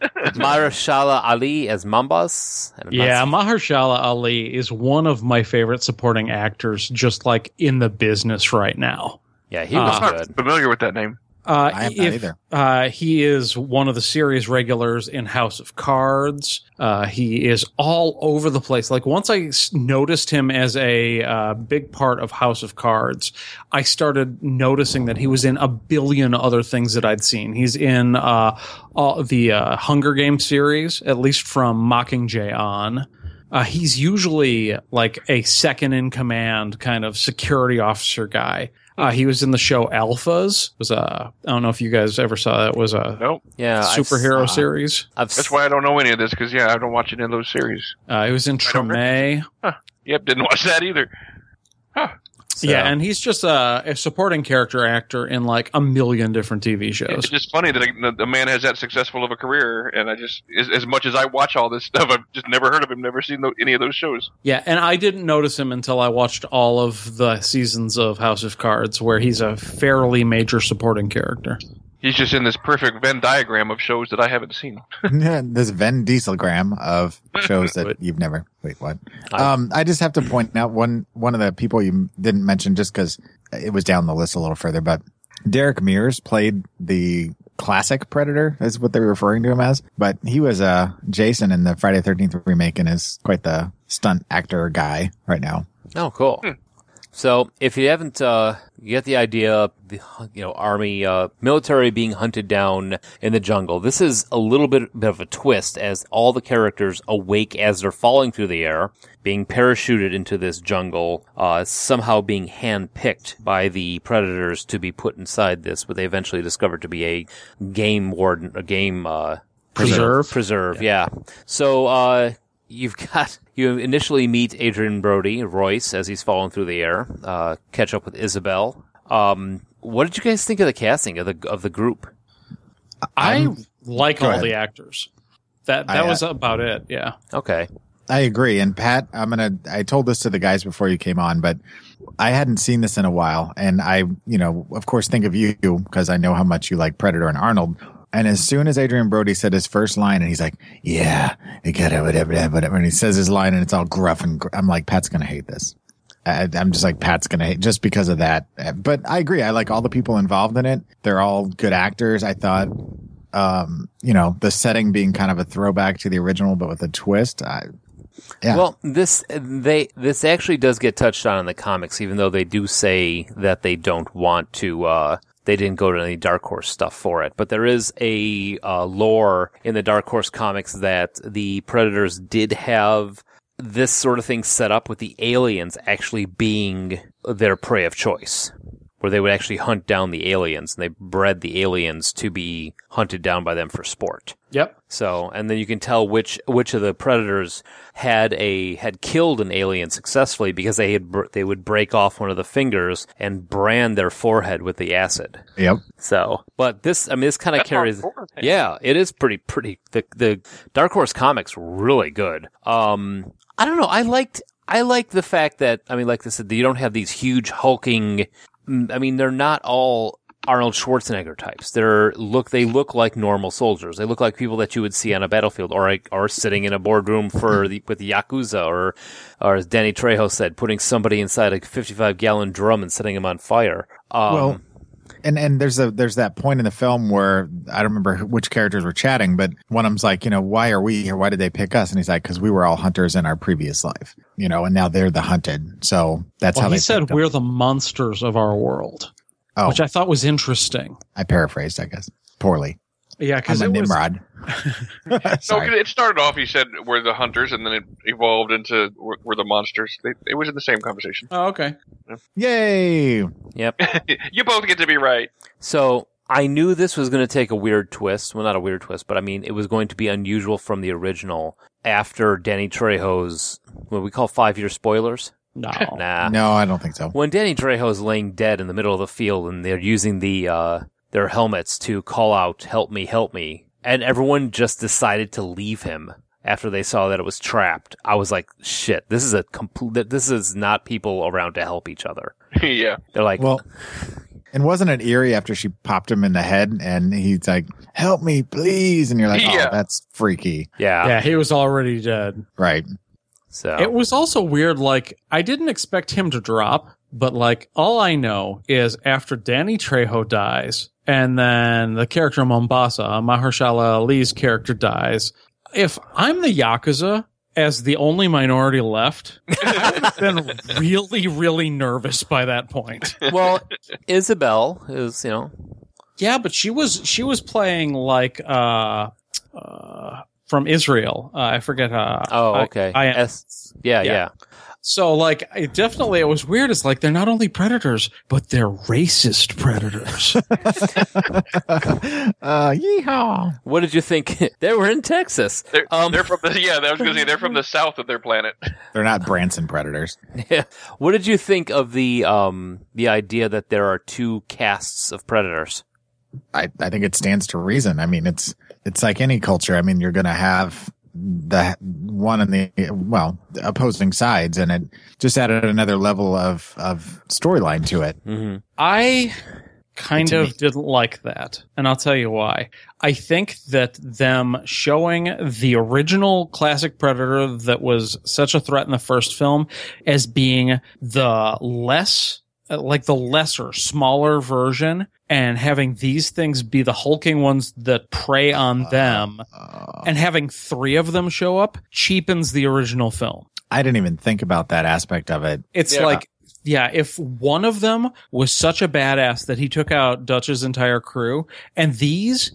C: Marishala Ali as Mambas. and I'm not
F: Yeah, Mahershala Ali is one of my favorite supporting actors, just like in the business right now.
C: Yeah, he was
F: Ah.
D: I'm
C: good.
D: not familiar with that name.
F: Uh,
E: I am not
F: if-
E: either.
F: Uh, he is one of the series regulars in House of Cards. Uh, he is all over the place. Like once I s- noticed him as a uh, big part of House of Cards, I started noticing that he was in a billion other things that I'd seen. He's in uh, all the uh, Hunger Games series, at least from Mockingjay on. Uh, he's usually like a second in command kind of security officer guy. Uh, he was in the show Alphas. Was uh, I don't know if you guys ever saw that. Was a
D: Nope.
C: Yeah, I've s-
F: superhero series.
C: I've
D: That's
C: s-
D: why I don't know any of this because yeah, I don't watch any of those series.
F: Uh, he was in
D: don't
F: Treme.
D: Yep, didn't watch that either.
C: so-
F: Yeah, and he's just a, a supporting character actor in like a million different TV shows.
D: It's just funny that I, that a man has that successful of a career, and I just as, as much as I watch all this stuff, I've just never heard of him, never seen tho- any of those shows.
F: Yeah, and I didn't notice him until I watched all of the seasons of House of Cards, where he's a fairly major supporting character.
D: He's just in this perfect Venn diagram of shows that I haven't seen.
E: this Venn dieselgram of shows that you've never wait what um i just have to point out one one of the people you didn't mention just because it was down the list a little further but derek mears played the classic predator is what they were referring to him as but he was uh jason in the friday 13th remake and is quite the stunt actor guy right now
C: Oh, cool. So, if you haven't, uh, you get the idea of the, you know, army, uh, military being hunted down in the jungle. This is a little bit, bit of a twist as all the characters awake as they're falling through the air, being parachuted into this jungle, uh, somehow being handpicked by the predators to be put inside this, what they eventually discovered to be a game warden, a game, uh,
F: Preserve.
C: Preserve, yeah. So uh, you've got you initially meet Adrian Brody Royce as he's falling through the air. Uh, catch up with Isabel. Um, what did you guys think of the casting of the of the group?
F: I like all
E: ahead.
F: the actors. That that
E: I, uh,
F: was about it. Yeah.
C: Okay,
E: I agree. And Pat, I'm gonna. I told this to the guys before you came on, but I hadn't seen this in a while, and I, you know, of course, think of you because I know how much you like Predator and Arnold. And as soon as Adrian Brody said his first line, and he's like, "Yeah, I got it, whatever, whatever," whatever," and he says his line, and it's all gruff, and gr- I'm like, Pat's gonna hate this. I, I'm just like Pat's gonna hate just because of that. Uh, But I agree. I like all the people involved in it. They're all good actors. I thought, um, you know, the setting being kind of a throwback to the original, but with a twist. I, Yeah.
C: Well, this they this actually does get touched on in the comics, even though they do say that they don't want to. Uh, they didn't go to any Dark Horse stuff for it, but there is a uh, lore in the Dark Horse comics that the Predators did have this sort of thing set up with the aliens actually being their prey of choice, where they would actually hunt down the aliens, and they bred the aliens to be hunted down by them for sport.
F: Yep.
C: So, and then you can tell which which of the predators had a had killed an alien successfully because they had br- they would break off one of the fingers and brand their forehead with the acid.
E: Yep.
C: So, but this I mean this kind of carries Yeah, it is pretty pretty the the Dark Horse comics really good. Um I don't know, I liked I like the fact that I mean like I said you don't have these huge hulking mm, I mean they're not all Arnold Schwarzenegger types. They're look they look like normal soldiers. They look like people that you would see on a battlefield or like- or sitting in a boardroom for the, with the yakuza or or as Danny Trejo said putting somebody inside a 55 gallon drum and setting him on fire. Um,
E: Well, and and there's a there's that point in the film where I don't remember which characters were chatting, but one of them's like, you know, why are we here? Why did they pick us? And he's like, because we were all hunters in our previous life, you know, and now they're the hunted. So that's how
F: Well,
E: they
F: he said
E: picked 'em.
F: we're the monsters of our world,
E: Oh,
F: which I thought was interesting.
E: I paraphrased, I guess, poorly.
F: Yeah,
E: I'm
F: because
E: a
F: it was
E: Nimrod.
D: No,
E: Sorry.
D: 'cause it started off. He said we're the hunters, and then it evolved into we're, we're the monsters. They, it was in the same conversation.
F: Oh, okay.
E: Yay!
C: yep.
D: you both get to be right.
C: So I knew this was going to take a weird twist. Well, not a weird twist, but I mean, it was going to be unusual from the original after Danny Trejo's, what we call five year spoilers.
F: No. Ah.
C: Nah.
E: No, I don't think so.
C: When Danny Trejo is laying dead in the middle of the field and they're using the uh, their helmets to call out "Help me, help me," and everyone just decided to leave him after they saw that it was trapped, I was like, "Shit, this is a complete. This is not people around to help each other."
D: yeah.
C: They're like,
E: Well, and wasn't it eerie after she popped him in the head and he's like, "Help me, please!" And you're like,
D: Yeah.
E: "Oh, that's freaky,
C: yeah.
F: Yeah, he was already dead.
E: right?"
C: So
F: It was also weird. Like, I didn't expect him to drop, but like, all I know is after Danny Trejo dies, and then the character Mombasa, Mahershala Ali's character dies. If I'm the Yakuza as the only minority left, I've been really, really nervous by that point.
C: well, Isabel is you know
F: Yeah, but she was she was playing like uh, uh from Israel. Uh, I forget. Uh,
C: oh
F: I-
C: okay
F: I,
C: Es- yeah,
F: Yeah.
C: yeah
F: So, like, it definitely, it was weird. It's like they're not only predators, but they're racist predators.
E: uh, yeehaw!
C: What did you think? they were in Texas.
D: They're,
C: Um,
D: they're from the, yeah, I was going to say they're from the south of their planet.
E: They're not Branson predators.
C: What did you think of the um the idea that there are two casts of predators?
E: I, I think it stands to reason. I mean, it's it's like any culture. I mean, you're going to have the one and the well opposing sides, and it just added another level of of storyline to it.
C: Mm-hmm.
F: I kind of didn't like that. And I'll tell you why. I think that them showing the original classic Predator that was such a threat in the first film as being the less, uh, like the lesser, smaller version and having these things be the hulking ones that prey on them
E: Uh,
F: and having three of them show up cheapens the original film.
E: I didn't even think about that aspect of it.
F: It's
D: Yeah.
F: like, yeah, if one of them was such a badass that he took out Dutch's entire crew, and these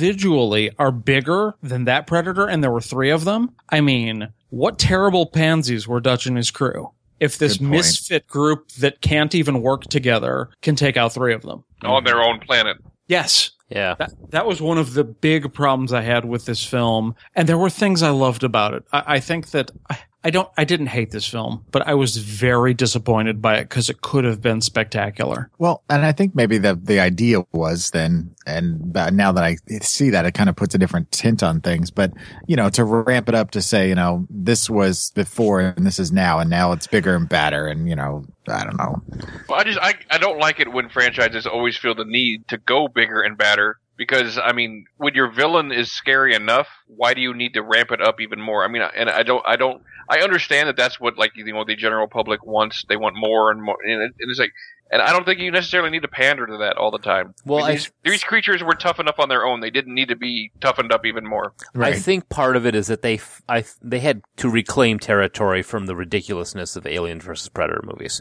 F: individually are bigger than that predator, and there were three of them, I mean, what terrible pansies were Dutch and his crew? If this
E: Good point.
F: misfit group that can't even work together can take out three of them.
D: On their own planet.
F: Yes.
C: Yeah,
F: That, that was one of the big problems I had with this film, and there were things I loved about it. I, I think that I, I don't, I didn't hate this film, but I was very disappointed by it because it could have been spectacular.
E: Well, and I think maybe the the idea was then, and uh, now that I see that, it kind of puts a different tint on things. But you know, to ramp it up to say, you know, this was before and this is now, and now it's bigger and badder, and you know, I don't know.
D: Well, I just I, I don't like it when franchises always feel the need to go bigger and badder because I mean when your villain is scary enough, why do you need to ramp it up even more? I mean, and I don't I don't I understand that that's what like you know the general public wants. They want more and more, and, it, and it's like. And I don't think you necessarily need to pander to that all the time.
C: Well,
D: I mean,
C: I-
D: these, these creatures were tough enough on their own; they didn't need to be toughened up even more.
C: I think part of it is that they f- I f- they had to reclaim territory from the ridiculousness of Alien versus Predator movies.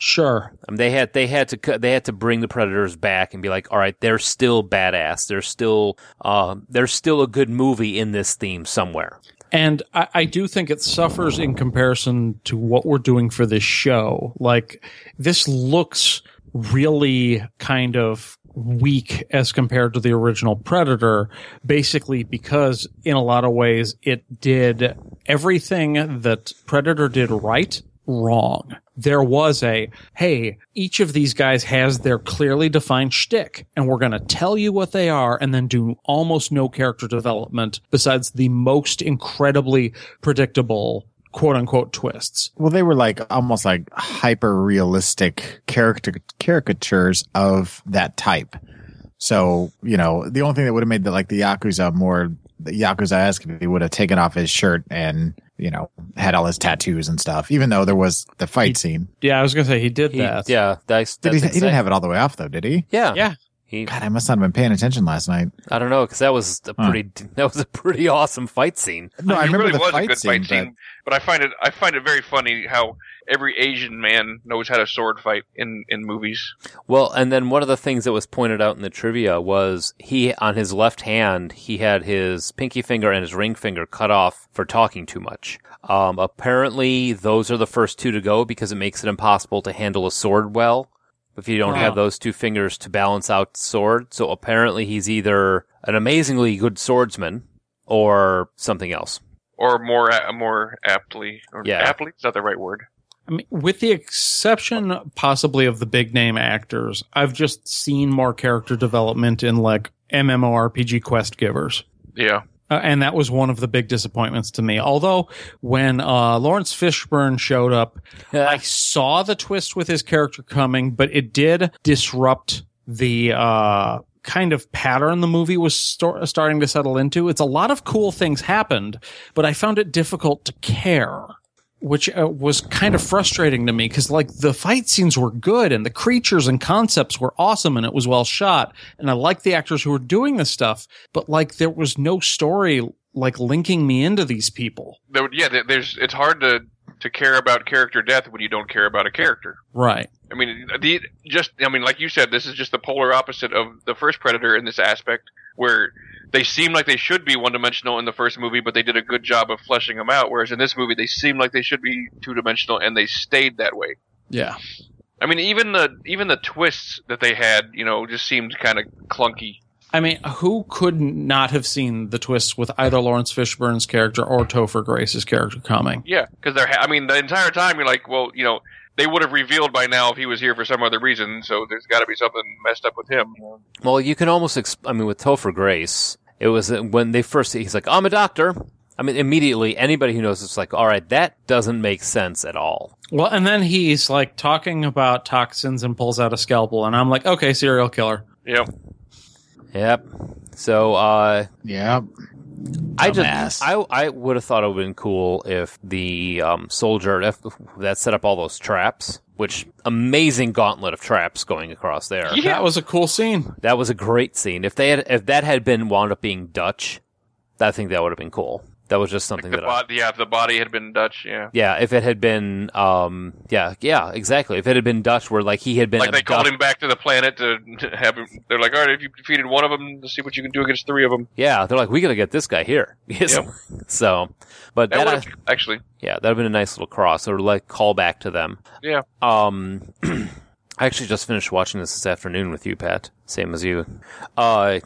F: Sure.
C: I mean, they had they had to cut they had to bring the predators back and be like, all right, they're still badass. They're still uh, there's still a good movie in this theme somewhere.
F: And I, I do think it suffers in comparison to what we're doing for this show. Like, this looks really kind of weak as compared to the original Predator, basically because in a lot of ways it did everything that Predator did right wrong. There was a, hey, each of these guys has their clearly defined shtick, and we're going to tell you what they are and then do almost no character development besides the most incredibly predictable quote unquote twists.
E: Well, they were like almost like hyper realistic character caricatures of that type. So you know, the only thing that would have made the like the yakuza more the yakuza esque if he would have taken off his shirt and you know had all his tattoos and stuff. Even though there was the fight scene,
F: Yeah, I was going to say he did
C: He-
F: that.
C: yeah, that's,
E: did
C: that's
E: he, he
C: exact-
E: didn't have it all the way off though, did he?
C: yeah
F: Yeah.
C: He,
E: God, I must not have been paying attention last night.
C: I don't know because that was a
E: Huh.
C: pretty that was a pretty awesome fight scene.
E: No, I,
D: it
E: remember
D: really
E: the
D: was
E: fight,
D: a good
E: scene,
D: fight scene, but... I find it I find it very funny how every Asian man knows how to sword fight in in movies.
C: Well, and then one of the things that was pointed out in the trivia was he, on his left hand, he had his pinky finger and his ring finger cut off for talking too much. Um, apparently, those are the first two to go because it makes it impossible to handle a sword well if you don't
F: Wow.
C: have those two fingers to balance out the sword. So apparently, he's either an amazingly good swordsman or something else.
D: or more a- more aptly or
C: Yeah.
D: aptly is that the right word
F: I mean, with the exception possibly of the big name actors, I've just seen more character development in like MMORPG quest givers.
D: Yeah.
F: Uh, and that was one of the big disappointments to me. Although when uh, Lawrence Fishburne showed up, I saw the twist with his character coming, but it did disrupt the uh, kind of pattern the movie was stor- starting to settle into. It's a lot of cool things happened, but I found it difficult to care. Which uh, was kind of frustrating to me because, like, the fight scenes were good and the creatures and concepts were awesome and it was well shot. And I liked the actors who were doing this stuff, but, like, there was no story, like, linking me into these people.
D: There, yeah. there- There's. It's hard to to care about character death when you don't care about a character.
F: Right.
D: I mean, the just I mean, like you said, this is just the polar opposite of the first Predator in this aspect, where they seem like they should be one-dimensional in the first movie, but they did a good job of fleshing them out. Whereas in this movie, they seem like they should be two-dimensional, and they stayed that way.
F: Yeah.
D: I mean, even the even the twists that they had, you know, just seemed kind of clunky.
F: I mean, who could not have seen the twists with either Lawrence Fishburne's character or Topher Grace's character coming?
D: Yeah, because they're. ha- I mean, the entire time you're like, well, you know, they would have revealed by now if he was here for some other reason. So there's got to be something messed up with him.
C: Well, you can almost, exp- I mean, with Topher Grace, it was uh, when they first, he's like, I'm a doctor. I mean, immediately, anybody who knows it's like, all right, that doesn't make sense at all.
F: Well, and then he's like talking about toxins and pulls out a scalpel, and I'm like, okay, serial killer.
D: Yeah,
C: Yep. So, uh,
E: Yeah.
C: I
E: Dumbass.
C: just, I, I would have thought it would have been cool if the um, soldier if that set up all those traps, which amazing gauntlet of traps going across there.
D: Yeah.
F: That was a cool scene.
C: That was a great scene. If they had, if that had been wound up being Dutch, I think that would have been cool. That was just something
D: the
C: that I,
D: body. Yeah, if the body had been Dutch. Yeah.
C: Yeah, if it had been, um, yeah, yeah, exactly. If it had been Dutch, where like he had been,
D: like they called
C: abduct-
D: him back to the planet to to have him. They're like, all right, if you defeated one of them, let's see what you can do against three of them.
C: Yeah, they're like, we gotta get this guy here. so, so, but
D: That
C: that,
D: would've- actually,
C: yeah, that'd have been a nice little cross or like call back to them.
D: yeah,
C: Um, I actually just finished watching this this afternoon with you, Pat. Same as you. Uh,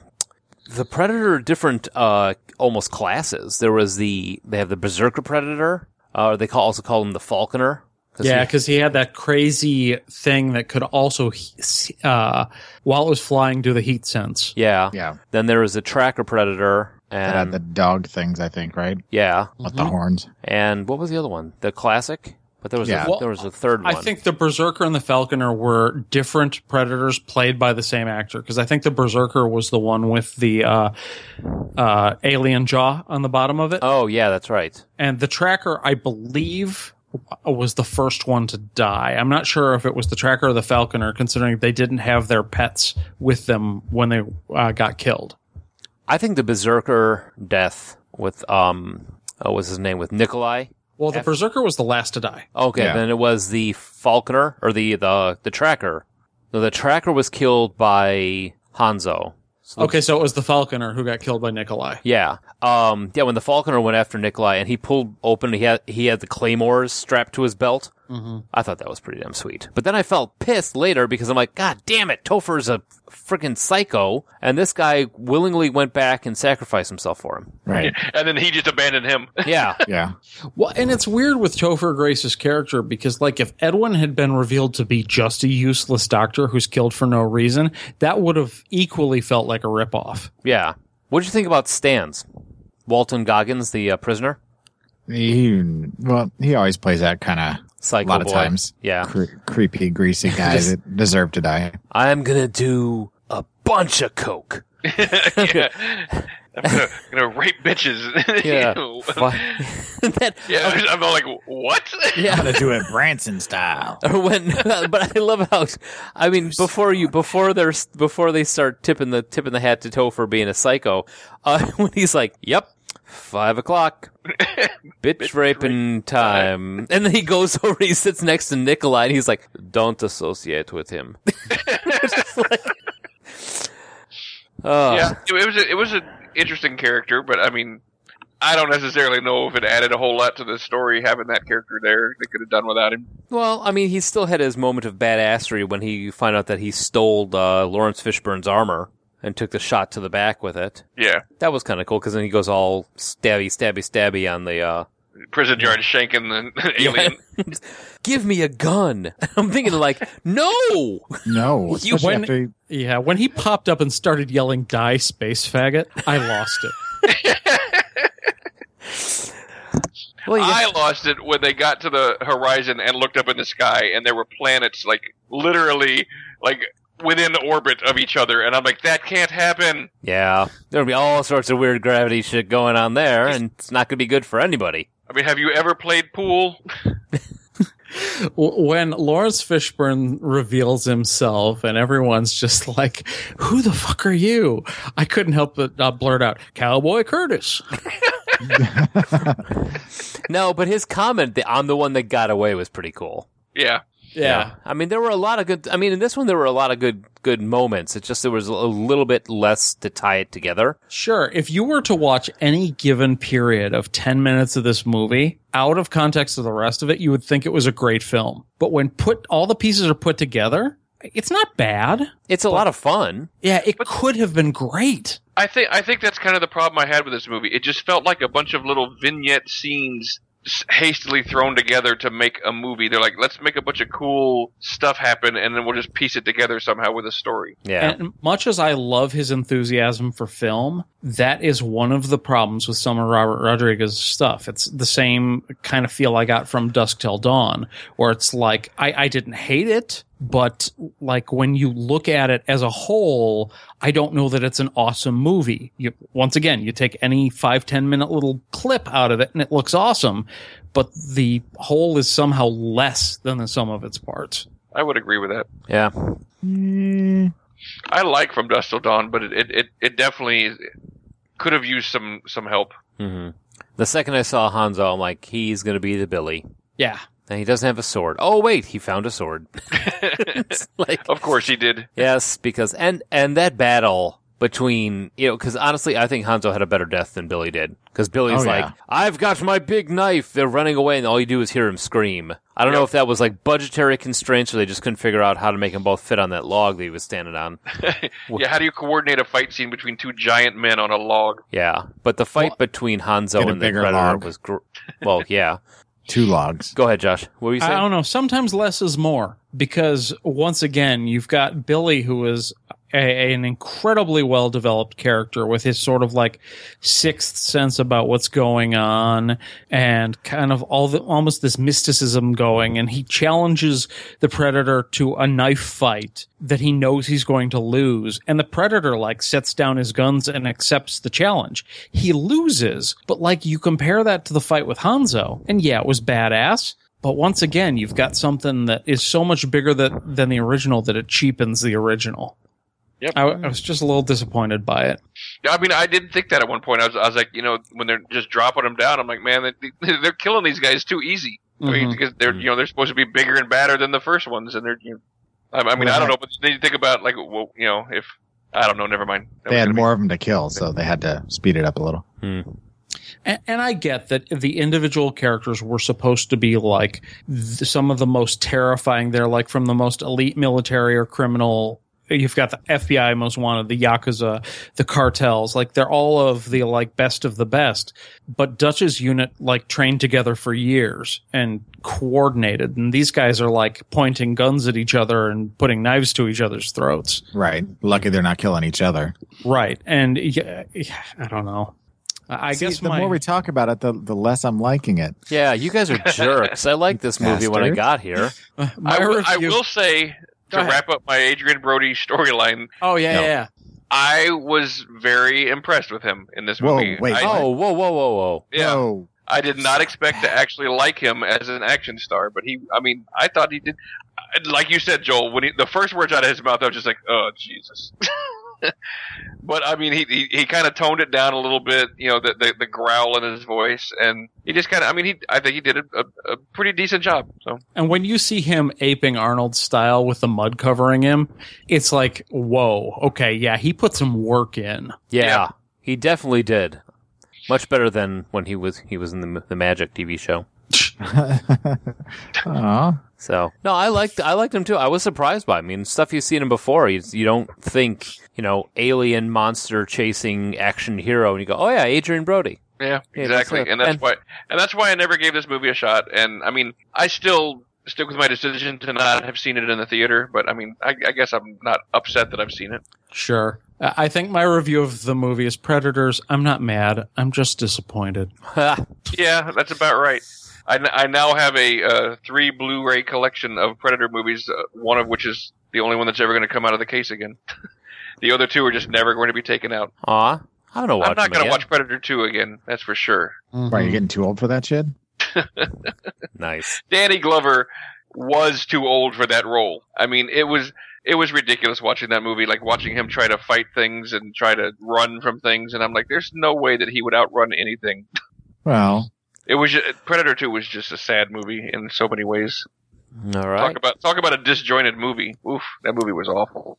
C: the Predator different uh almost classes. There was the they have the Berserker Predator. Uh, they call also call him the Falconer. 'cause
F: Yeah,
C: he-
F: because he had that crazy thing that could also, he- uh, while it was flying, do the heat sense.
C: yeah.
E: Yeah.
C: Then there was the Tracker Predator.
E: That had
C: And
E: the dog things, I think, right?
C: yeah,
E: With the horns.
C: And what was the other one? The classic, but there was
E: Yeah.
C: a, there was a third
F: I
C: one.
F: think the Berserker and the Falconer were different predators played by the same actor because I think the Berserker was the one with the uh, uh, alien jaw on the bottom of it,
C: Oh yeah, that's right.
F: and the Tracker, I believe, was the first one to die. I'm not sure if it was the Tracker or the Falconer, considering they didn't have their pets with them when they uh, got killed.
C: I think the Berserker death with um, oh, what's his name with Nikolai?
F: Well, the Berserker was the last to die.
C: Okay,
E: Yeah.
C: then it was the Falconer or the the the Tracker. No, the Tracker was killed by Hanzo. So the-
F: Okay, so it was the Falconer who got killed by Nikolai.
C: Yeah. Um. Yeah. When the Falconer went after Nikolai and he pulled open, he had he had the claymores strapped to his belt. Mm-hmm. I thought that was pretty damn sweet. But then I felt pissed later because I'm like, God damn it, Topher's a freaking psycho, and this guy willingly went back and sacrificed himself for him.
E: Right.
D: and then he just abandoned him.
C: Yeah.
E: Yeah.
F: Well, and it's weird with Topher Grace's character because, like, if Edwin had been revealed to be just a useless doctor who's killed for no reason, that would have equally felt like a ripoff.
C: yeah. What would you think about Stans, Walton Goggins, the uh, prisoner?
E: He, well, he always plays that kind of
C: Psycho
E: a lot of
C: boy.
E: times.
C: Yeah.
E: Cre- creepy, greasy guy that deserved to die.
C: I'm gonna do a bunch of coke.
D: yeah. I'm gonna, gonna rape bitches.
C: Yeah.
D: Ew.
C: Fu- that,
D: yeah. I'm all like, what?
C: yeah.
E: to do it Branson style.
C: or when but i love how i mean before you before they're before they start tipping the tipping the hat to toe for being a psycho uh when he's like yep five o'clock bitch raping time and then he goes over he sits next to nikolai and he's like don't associate with him It's just like- Oh,
D: yeah. It, was a, it was an interesting character, but I mean, I don't necessarily know if it added a whole lot to the story having that character there. They could have done without him.
C: Well, I mean, he still had his moment of badassery when he found out that he stole uh, Lawrence Fishburne's armor and took the shot to the back with it.
D: Yeah.
C: That was kind of cool because then he goes all stabby, stabby, stabby on the uh,
D: prison yard shanking the alien.
C: Give me a gun. I'm thinking like, no.
E: No,
C: You
E: especially
F: went-
E: after-
F: Yeah, when he popped up and started yelling, die, space faggot, I lost it.
C: Well, Oh, yeah.
D: I lost it when they got to the horizon and looked up in the sky, and there were planets like literally like within orbit of each other, and I'm like, that can't happen.
C: yeah, there'll be all sorts of weird gravity shit going on there, and it's not going to be good for anybody.
D: I mean, have you ever played pool?
F: W- When Lawrence Fishburne reveals himself and everyone's just like, who the fuck are you? I couldn't help but uh, blurt out, Cowboy Curtis.
C: No, but his comment that I'm the one that got away was pretty cool.
D: Yeah,
F: Yeah.
C: I mean, there were a lot of good. I mean, in this one, there were a lot of good good moments. It's just there was a little bit less to tie it together.
F: Sure. If you were to watch any given period of 10 minutes of this movie out of context of the rest of it, you would think it was a great film. But when put all the pieces are put together, it's not bad.
C: It's a lot of fun.
F: Yeah, it could have been great.
D: I think I think that's kind of the problem I had with this movie. It just felt like a bunch of little vignette scenes s- hastily thrown together to make a movie. They're like, let's make a bunch of cool stuff happen, and then we'll just piece it together somehow with a story.
C: Yeah,
F: And much as I love his enthusiasm for film, that is one of the problems with some of Robert Rodriguez's stuff. It's the same kind of feel I got from Dusk Till Dawn, where it's like, I, I didn't hate it, but like when you look at it as a whole, I don't know that it's an awesome movie. You, once again, you take any five, 10 minute little clip out of it and it looks awesome, but the whole is somehow less than the sum of its parts.
D: I would agree with that.
C: yeah.
E: Mm,
D: I like From Dust Till Dawn, but it it, it, it definitely could have used some some help.
C: hmm The second I saw Hanzo, I'm like, he's going to be the Billy.
F: Yeah.
C: And he doesn't have a sword. Oh wait, he found a sword. It's like
D: Of course, he did.
C: yes, because and and that battle between you know because honestly, I think Hanzo had a better death than Billy did because Billy's
E: Oh, yeah.
C: like, I've got my big knife. They're running away, and all you do is hear him scream. I don't know if that was like budgetary constraints or they just couldn't figure out how to make them both fit on that log that he was standing on.
D: Yeah, how do you coordinate a fight scene between two giant men on a log?
C: Yeah, but the fight between Hanzo
E: Get a
C: and the
E: bigger
C: Predator
E: log.
C: was gr- well, yeah.
E: two logs.
C: Go ahead, Josh. What were you saying?
F: I don't know. Sometimes less is more because once again, you've got Billy, who is a, an incredibly well developed character with his sort of like sixth sense about what's going on and kind of all the almost this mysticism going. And he challenges the predator to a knife fight that he knows he's going to lose. And the predator like sets down his guns and accepts the challenge. He loses, but like you compare that to the fight with Hanzo, and yeah, it was badass. But once again, you've got something that is so much bigger that, than the original that it cheapens the original.
D: Yep.
F: I, I was just a little disappointed by it.
D: I mean, I didn't think that at one point. I was, I was like, you know, when they're just dropping them down, I'm like, man, they, they're killing these guys too easy. I mean,
F: Mhm.
D: because they're
E: Mm.
D: you know they're supposed to be bigger and badder than the first ones, and they're. You know, I, I mean, I don't know, but then you think about like, well, you know, if I don't know, never mind. That
E: They
D: was
E: had
D: gonna be-
E: more of them to kill, so they had to speed it up a little.
F: And, and I get that the individual characters were supposed to be like th- some of the most terrifying. They're like from the most elite military or criminal. You've got the FBI most wanted, the Yakuza, the cartels. Like they're all of the like best of the best. But Dutch's unit like trained together for years and coordinated. And these guys are like pointing guns at each other and putting knives to each other's throats.
E: Right. Lucky they're not killing each other.
F: Right. And yeah, yeah, I don't know. I I
E: See,
F: guess
E: the
F: my,
E: more we talk about it, the, the less I'm liking it.
C: Yeah, you guys are jerks. I liked this movie when I
E: Bastard.
C: got here.
F: my
D: I will- I
F: review-
D: will say
F: Go
D: to
F: ahead.
D: wrap up my Adrian Brody storyline,
F: Oh yeah,
E: No.
F: yeah, yeah.
D: I was very impressed with him in this
E: Whoa,
D: movie.
E: wait,
D: I,
C: Oh, whoa, whoa, whoa, whoa.
D: yeah,
E: Whoa.
D: I did not expect to actually like him as an action star, but he, I mean, I thought he did. Like you said, Joel, when he, the first words out of his mouth, I was just like, oh, Jesus. but I mean, he, he, he kind of toned it down a little bit, you know, the, the, the growl in his voice. And he just kind of, I mean, he, I think he did a, a, a pretty decent job. So
F: And when you see him aping Arnold's style with the mud covering him, it's like, whoa, okay, yeah, he put some work in.
C: Yeah,
D: Yeah.
C: he definitely did. Much better than when he was he was in the the Magic TV show.
E: Aw.
C: So no, I liked I liked him too. I was surprised by. Him. I mean, stuff you've seen him before. You, you don't think you know alien monster chasing action hero, and you go, oh yeah, Adrian Brody.
D: Yeah,
C: Yeah, that's
D: exactly,
C: it.
D: and that's
C: And-
D: why, and that's why I never gave this movie a shot. And I mean, I still stick with my decision to not have seen it in the theater. But I mean, I, I guess I'm not upset that I've seen it.
F: Sure. I I think my review of the movie is Predators. I'm not mad. I'm just disappointed.
D: Yeah, that's about right. I, n- I now have a uh, three Blu-ray collection of Predator movies, uh, one of which is the only one that's ever going to come out of the case again. the other two are just never going to be taken out.
C: Aw, I don't know.
D: I'm not
C: going to
D: watch Predator two again. That's for sure.
E: Why are you getting too old for that shit?
C: Nice.
D: Danny Glover was too old for that role. I mean, it was it was ridiculous watching that movie, like watching him try to fight things and try to run from things, and I'm like, there's no way that he would outrun anything.
E: Well,
D: It was ju- Predator Two was just a sad movie in so many ways.
C: All right.
D: Talk about talk about a disjointed movie. Oof, that movie was awful.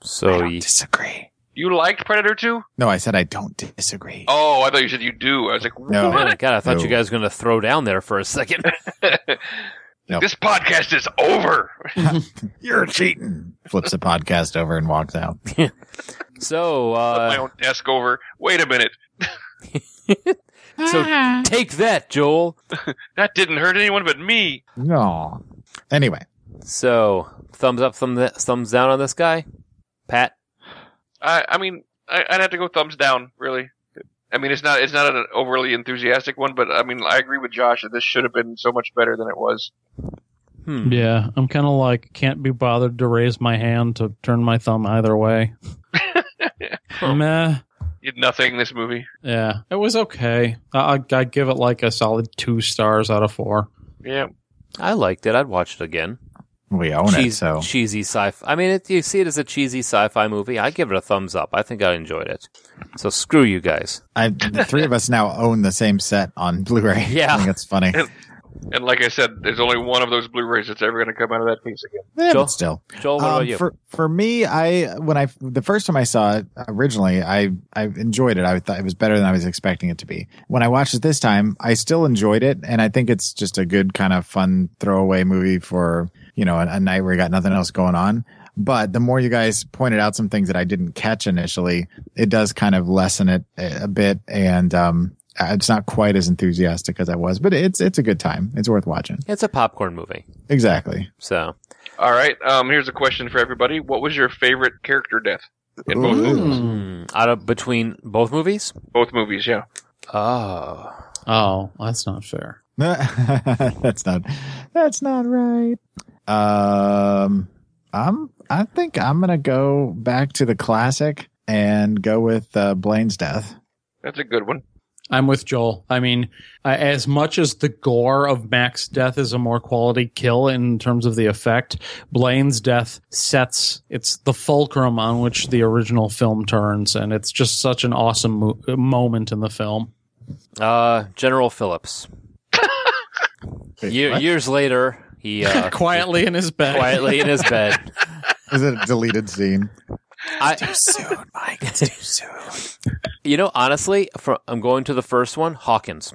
C: so
E: I
C: y-
E: disagree.
D: You liked Predator Two?
E: No, I said I don't disagree.
D: Oh, I thought you said you do. I was like,
E: No.
D: what?
C: Oh, God, I thought
E: No.
C: you guys were going to throw down there for a second.
E: No.
D: This podcast is over.
E: You're cheating. Flips the podcast over and walks out.
C: So,
D: my
C: uh,
D: own desk over. Wait a minute,
C: so take that, Joel.
D: that didn't hurt anyone but me.
E: No. Anyway,
C: So, thumbs up, thumb th- thumbs down on this guy, Pat.
D: I, I mean, I, I'd have to go thumbs down, really. I mean, it's not it's not an overly enthusiastic one, but I mean, I agree with Josh that this should have been so much better than it was.
C: Hmm.
F: Yeah, I'm kind of like can't be bothered to raise my hand to turn my thumb either way. Meh.
D: You did nothing in this movie.
F: Yeah, it was okay. I, I I'd give it like a solid two stars out of four.
D: Yeah,
C: I liked it. I'd watch it again.
E: we own it,
C: Cheese-
E: so
C: cheesy sci-fi. I mean, it, you see it as a cheesy sci-fi movie. I give it a thumbs up. I think I enjoyed it. So screw you guys.
E: I, the three of us now own the same set on Blu-ray.
C: Yeah.
E: I think that's funny. Eh,
D: and like I said, there's only one of those Blu-rays that's ever going to come out of that piece again.
E: Yeah,
C: Joel?
E: but still.
C: Joel, what
E: Um,
C: about you?
E: For for me, I when I the first time I saw it originally, I I enjoyed it. I thought it was better than I was expecting it to be. When I watched it this time, I still enjoyed it, and I think it's just a good kind of fun throwaway movie for you know a, a night where you got nothing else going on. But the more you guys pointed out some things that I didn't catch initially, it does kind of lessen it a a bit, and um, it's not quite as enthusiastic as I was. But it's it's a good time. It's worth watching.
C: it's a popcorn movie.
E: Exactly.
C: So
D: All right, um, here's a question for everybody: What was your favorite character death in both movies?
C: hmm, out of between both movies.
D: Both movies, yeah.
C: Oh,
F: Oh, that's not fair.
E: that's not that's not right um i'm i think i'm gonna go back to the classic and go with uh, blaine's death
D: That's a good one.
F: I'm with Joel. I mean, I, as much as the gore of Mac's death is a more quality kill in terms of the effect, Blaine's death sets it's the fulcrum on which the original film turns, and it's just such an awesome mo- moment in the film.
C: uh, General Phillips.
E: Wait,
C: Ye-
E: what?
C: years later, he uh,
F: quietly in his bed.
C: quietly in his bed.
E: is it a deleted scene
C: I,
E: soon mike it's too soon
C: you know, honestly, for, I'm going to the first one, Hawkins.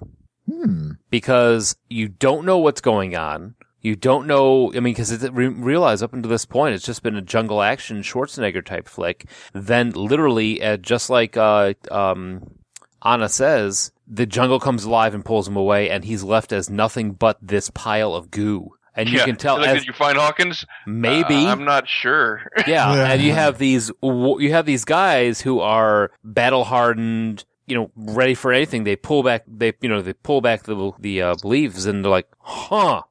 E: hmm
C: because you don't know what's going on. You don't know. I mean, because re- realize up until this point, it's just been a jungle action Schwarzenegger type flick. Then, literally, uh, just like uh, um, Anna says, the jungle comes alive and pulls him away, and he's left as nothing but this pile of goo. And you
D: Yeah.
C: can tell,
D: Like,
C: as-
D: did you find Hawkins?
C: maybe
D: Uh, I'm not sure.
C: yeah,
E: Yeah.
C: and you have these w- you have these guys who are battle hardened, you know, ready for anything. They pull back, they you know, they pull back the the uh, leaves, and they're like, huh,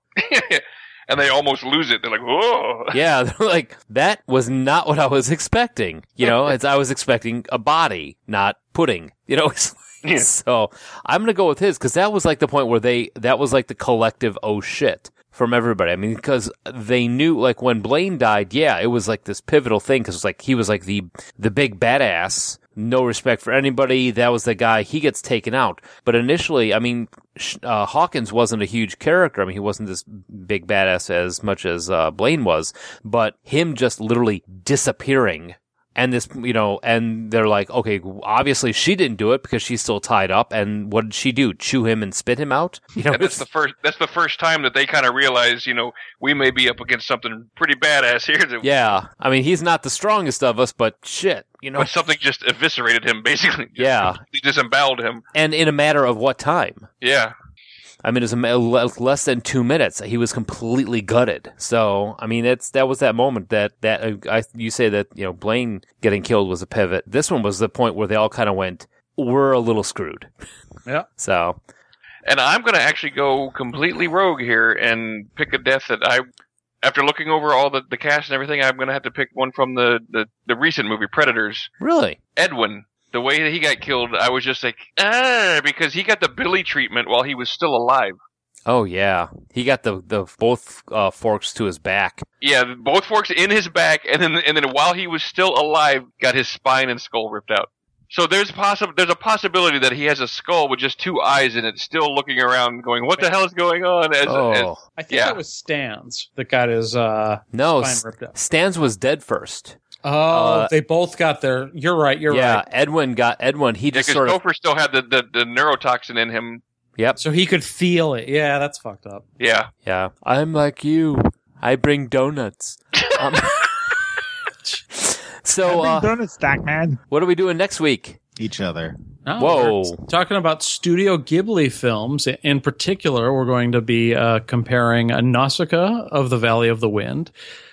D: and they almost lose it. They're like, whoa.
C: yeah, they're like that was not what I was expecting. You know, it's I was expecting a body, not pudding. You know. It's like-
D: Yeah.
C: So I'm gonna go with his because that was like the point where they that was like the collective oh shit from everybody. I mean, because they knew like when Blaine died, yeah, it was like this pivotal thing because like he was like the the big badass, no respect for anybody. That was the guy. He gets taken out. But initially, I mean, Sh- uh, Hawkins wasn't a huge character. I mean, he wasn't this big badass as much as uh, Blaine was. But him just literally disappearing and this you know and they're like okay obviously she didn't do it because she's still tied up and what did she do chew him and spit him out you know
D: And that's the first. That's the first time that they kind of realize, you know, we may be up against something pretty badass here. That,
C: yeah i mean he's not the strongest of us but shit you know
D: But something just eviscerated him, basically. Just
C: Yeah.
D: completely disemboweled him.
C: and in a matter of what time
D: Yeah.
C: I mean, it was a ma- le- less than two minutes. He was completely gutted. So, I mean, that's that was that moment that that uh, I you say that you know Blaine getting killed was a pivot. This one was the point where they all kind of went, "We're a little screwed."
F: Yeah.
C: So
D: And I'm going to actually go completely rogue here and pick a death that I, after looking over all the, the cast and everything, I'm going to have to pick one from the, the, the recent movie, Predators.
C: really,
D: Edwin. The way that he got killed, I was just like, ah, because he got the Billy treatment while he was still alive.
C: oh yeah, he got the the both uh, forks to his back.
D: Yeah, both forks in his back, and then and then while he was still alive, got his spine and skull ripped out. So there's possible there's a possibility that he has a skull with just two eyes in it, still looking around, going, "What the hell is going on?" As,
C: oh
D: as-
F: I think
D: Yeah.
F: that was Stans that got his. uh
C: no, Oh,
F: spine
C: S-
F: ripped out.
C: Stans was dead first.
F: Oh,
C: Uh,
F: they both got their. You're right. You're
C: yeah,
F: right.
C: Edwin got Edwin. He
D: because
C: just sort of
D: Gopher still had the, the, the neurotoxin in him.
C: yep
F: So he could feel it. Yeah, that's fucked up.
D: Yeah,
C: yeah. I'm like you. I bring donuts. Um, so uh,
E: donuts, Doc Man.
C: What are we doing next week?
E: Each other.
F: No,
C: Whoa.
F: Oh, we're Talking about Studio Ghibli films in particular, we're going to be uh, comparing uh, Nausicaa of the Valley of the Wind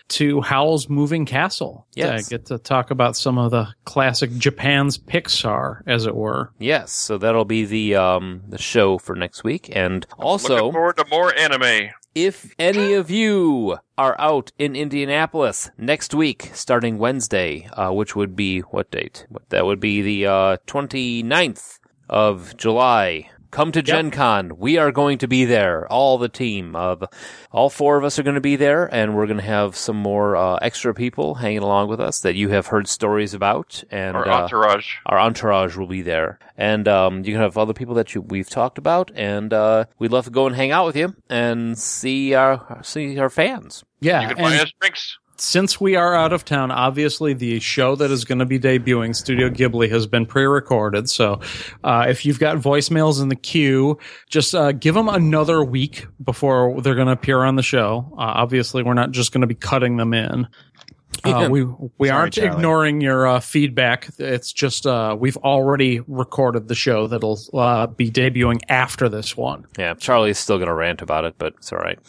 F: to Howl's Moving Castle.
C: Yes.
F: I get to talk about some of the classic Japan's Pixar, as it were.
C: Yes, so that'll be the um the show for next week. And
D: looking
C: also,
D: forward to more anime.
C: if any of you are out in Indianapolis next week, starting Wednesday, uh, which would be what date? What- That would be the uh, 29th of July. Come to Gen Con. We are going to be there. All the team. Uh, the- all four of us are going to be there, and we're going to have some more uh, extra people hanging along with us that you have heard stories about. And
D: Or
C: uh,
D: entourage.
C: our entourage will be there, and um, you can have other people that you, we've talked about, and uh, we'd love to go and hang out with you and see our see our fans.
F: Yeah.
D: You can
F: and-
D: buy us drinks.
F: since we are out of town, obviously the show that is going to be debuting, Studio Ghibli, has been pre-recorded. So uh, if you've got voicemails in the queue, just uh, give them another week before they're going to appear on the show. Uh, obviously, we're not just going to be cutting them in. Uh, we we
E: Sorry,
F: aren't
E: Charlie.
F: ignoring your uh, feedback. It's just uh, we've already recorded the show that'll uh, be debuting after this one.
C: Yeah, Charlie's still gonna rant about it, but it's all right.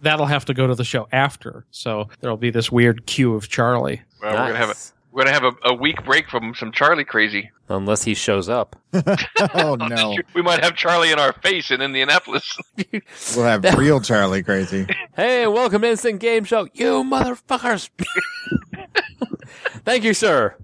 F: That'll have to go to the show after. So there'll be this weird queue of Charlie.
D: Well, We're gonna have a
C: Nice.
D: we're gonna have a, a week break from some Charlie crazy.
C: Unless he shows up.
E: Oh no,
D: We might have Charlie in our face in Indianapolis.
E: we'll have real Charlie crazy.
C: Hey, welcome to Instant Game Show, you motherfuckers! Thank you, sir.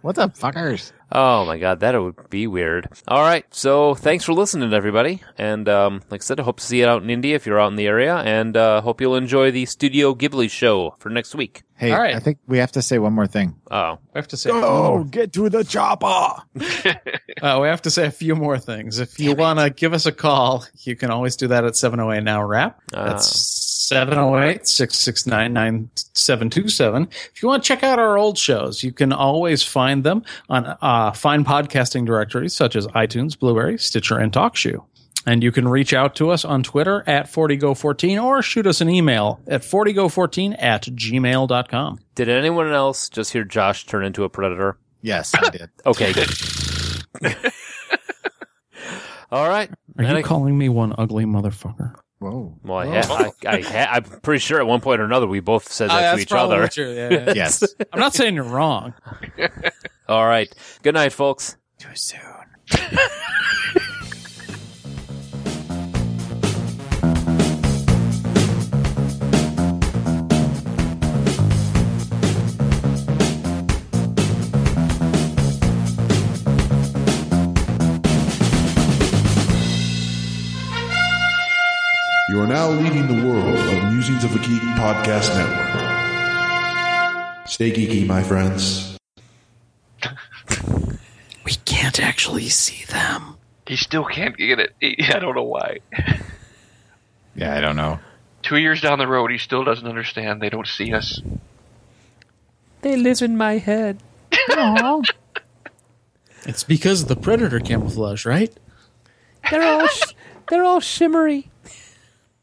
E: What the fuckers?
C: Oh my god, that would be weird. All right, so thanks for listening, everybody. And um, like I said, I hope to see you out in India if you're out in the area, and uh, hope you'll enjoy the Studio Ghibli show for next week.
E: Hey,
F: All right.
E: I think we have to say one more thing.
C: Oh,
F: I have to say,
E: get to the chopper.
F: Uh, we have to say a few more things. If you want to give us a call, you can always do that at 708 Now Rap.
C: Ah.
F: That's 708 669 9727. If you want to check out our old shows, you can always find them on uh, fine podcasting directories such as iTunes, Blueberry, Stitcher, and TalkShoe. And you can reach out to us on Twitter at 40go14 or shoot us an email at 40go14 at gmail.com.
C: Did anyone else just hear Josh turn into a predator?
E: Yes, I did.
C: Okay. good. All right.
F: Are
C: And
F: you
C: I-
F: calling me one ugly motherfucker?
E: Whoa.
C: well, I, ha- I, I ha- I'm pretty sure at one point or another we both said
F: Oh,
C: that to each other.
E: Yes.
F: I'm not saying you're wrong.
C: All right. Good night, folks.
E: Too soon.
I: You are now leading the world of Musings of a Geek Podcast Network. Stay geeky, my friends.
F: We can't actually see them.
D: He still can't get it. He- I don't know why.
E: Yeah, I don't know.
D: Two years down the road, he still doesn't understand. They don't see us.
F: They live in my head.
J: It's because of the predator camouflage, right?
F: They're all sh- they're all shimmery.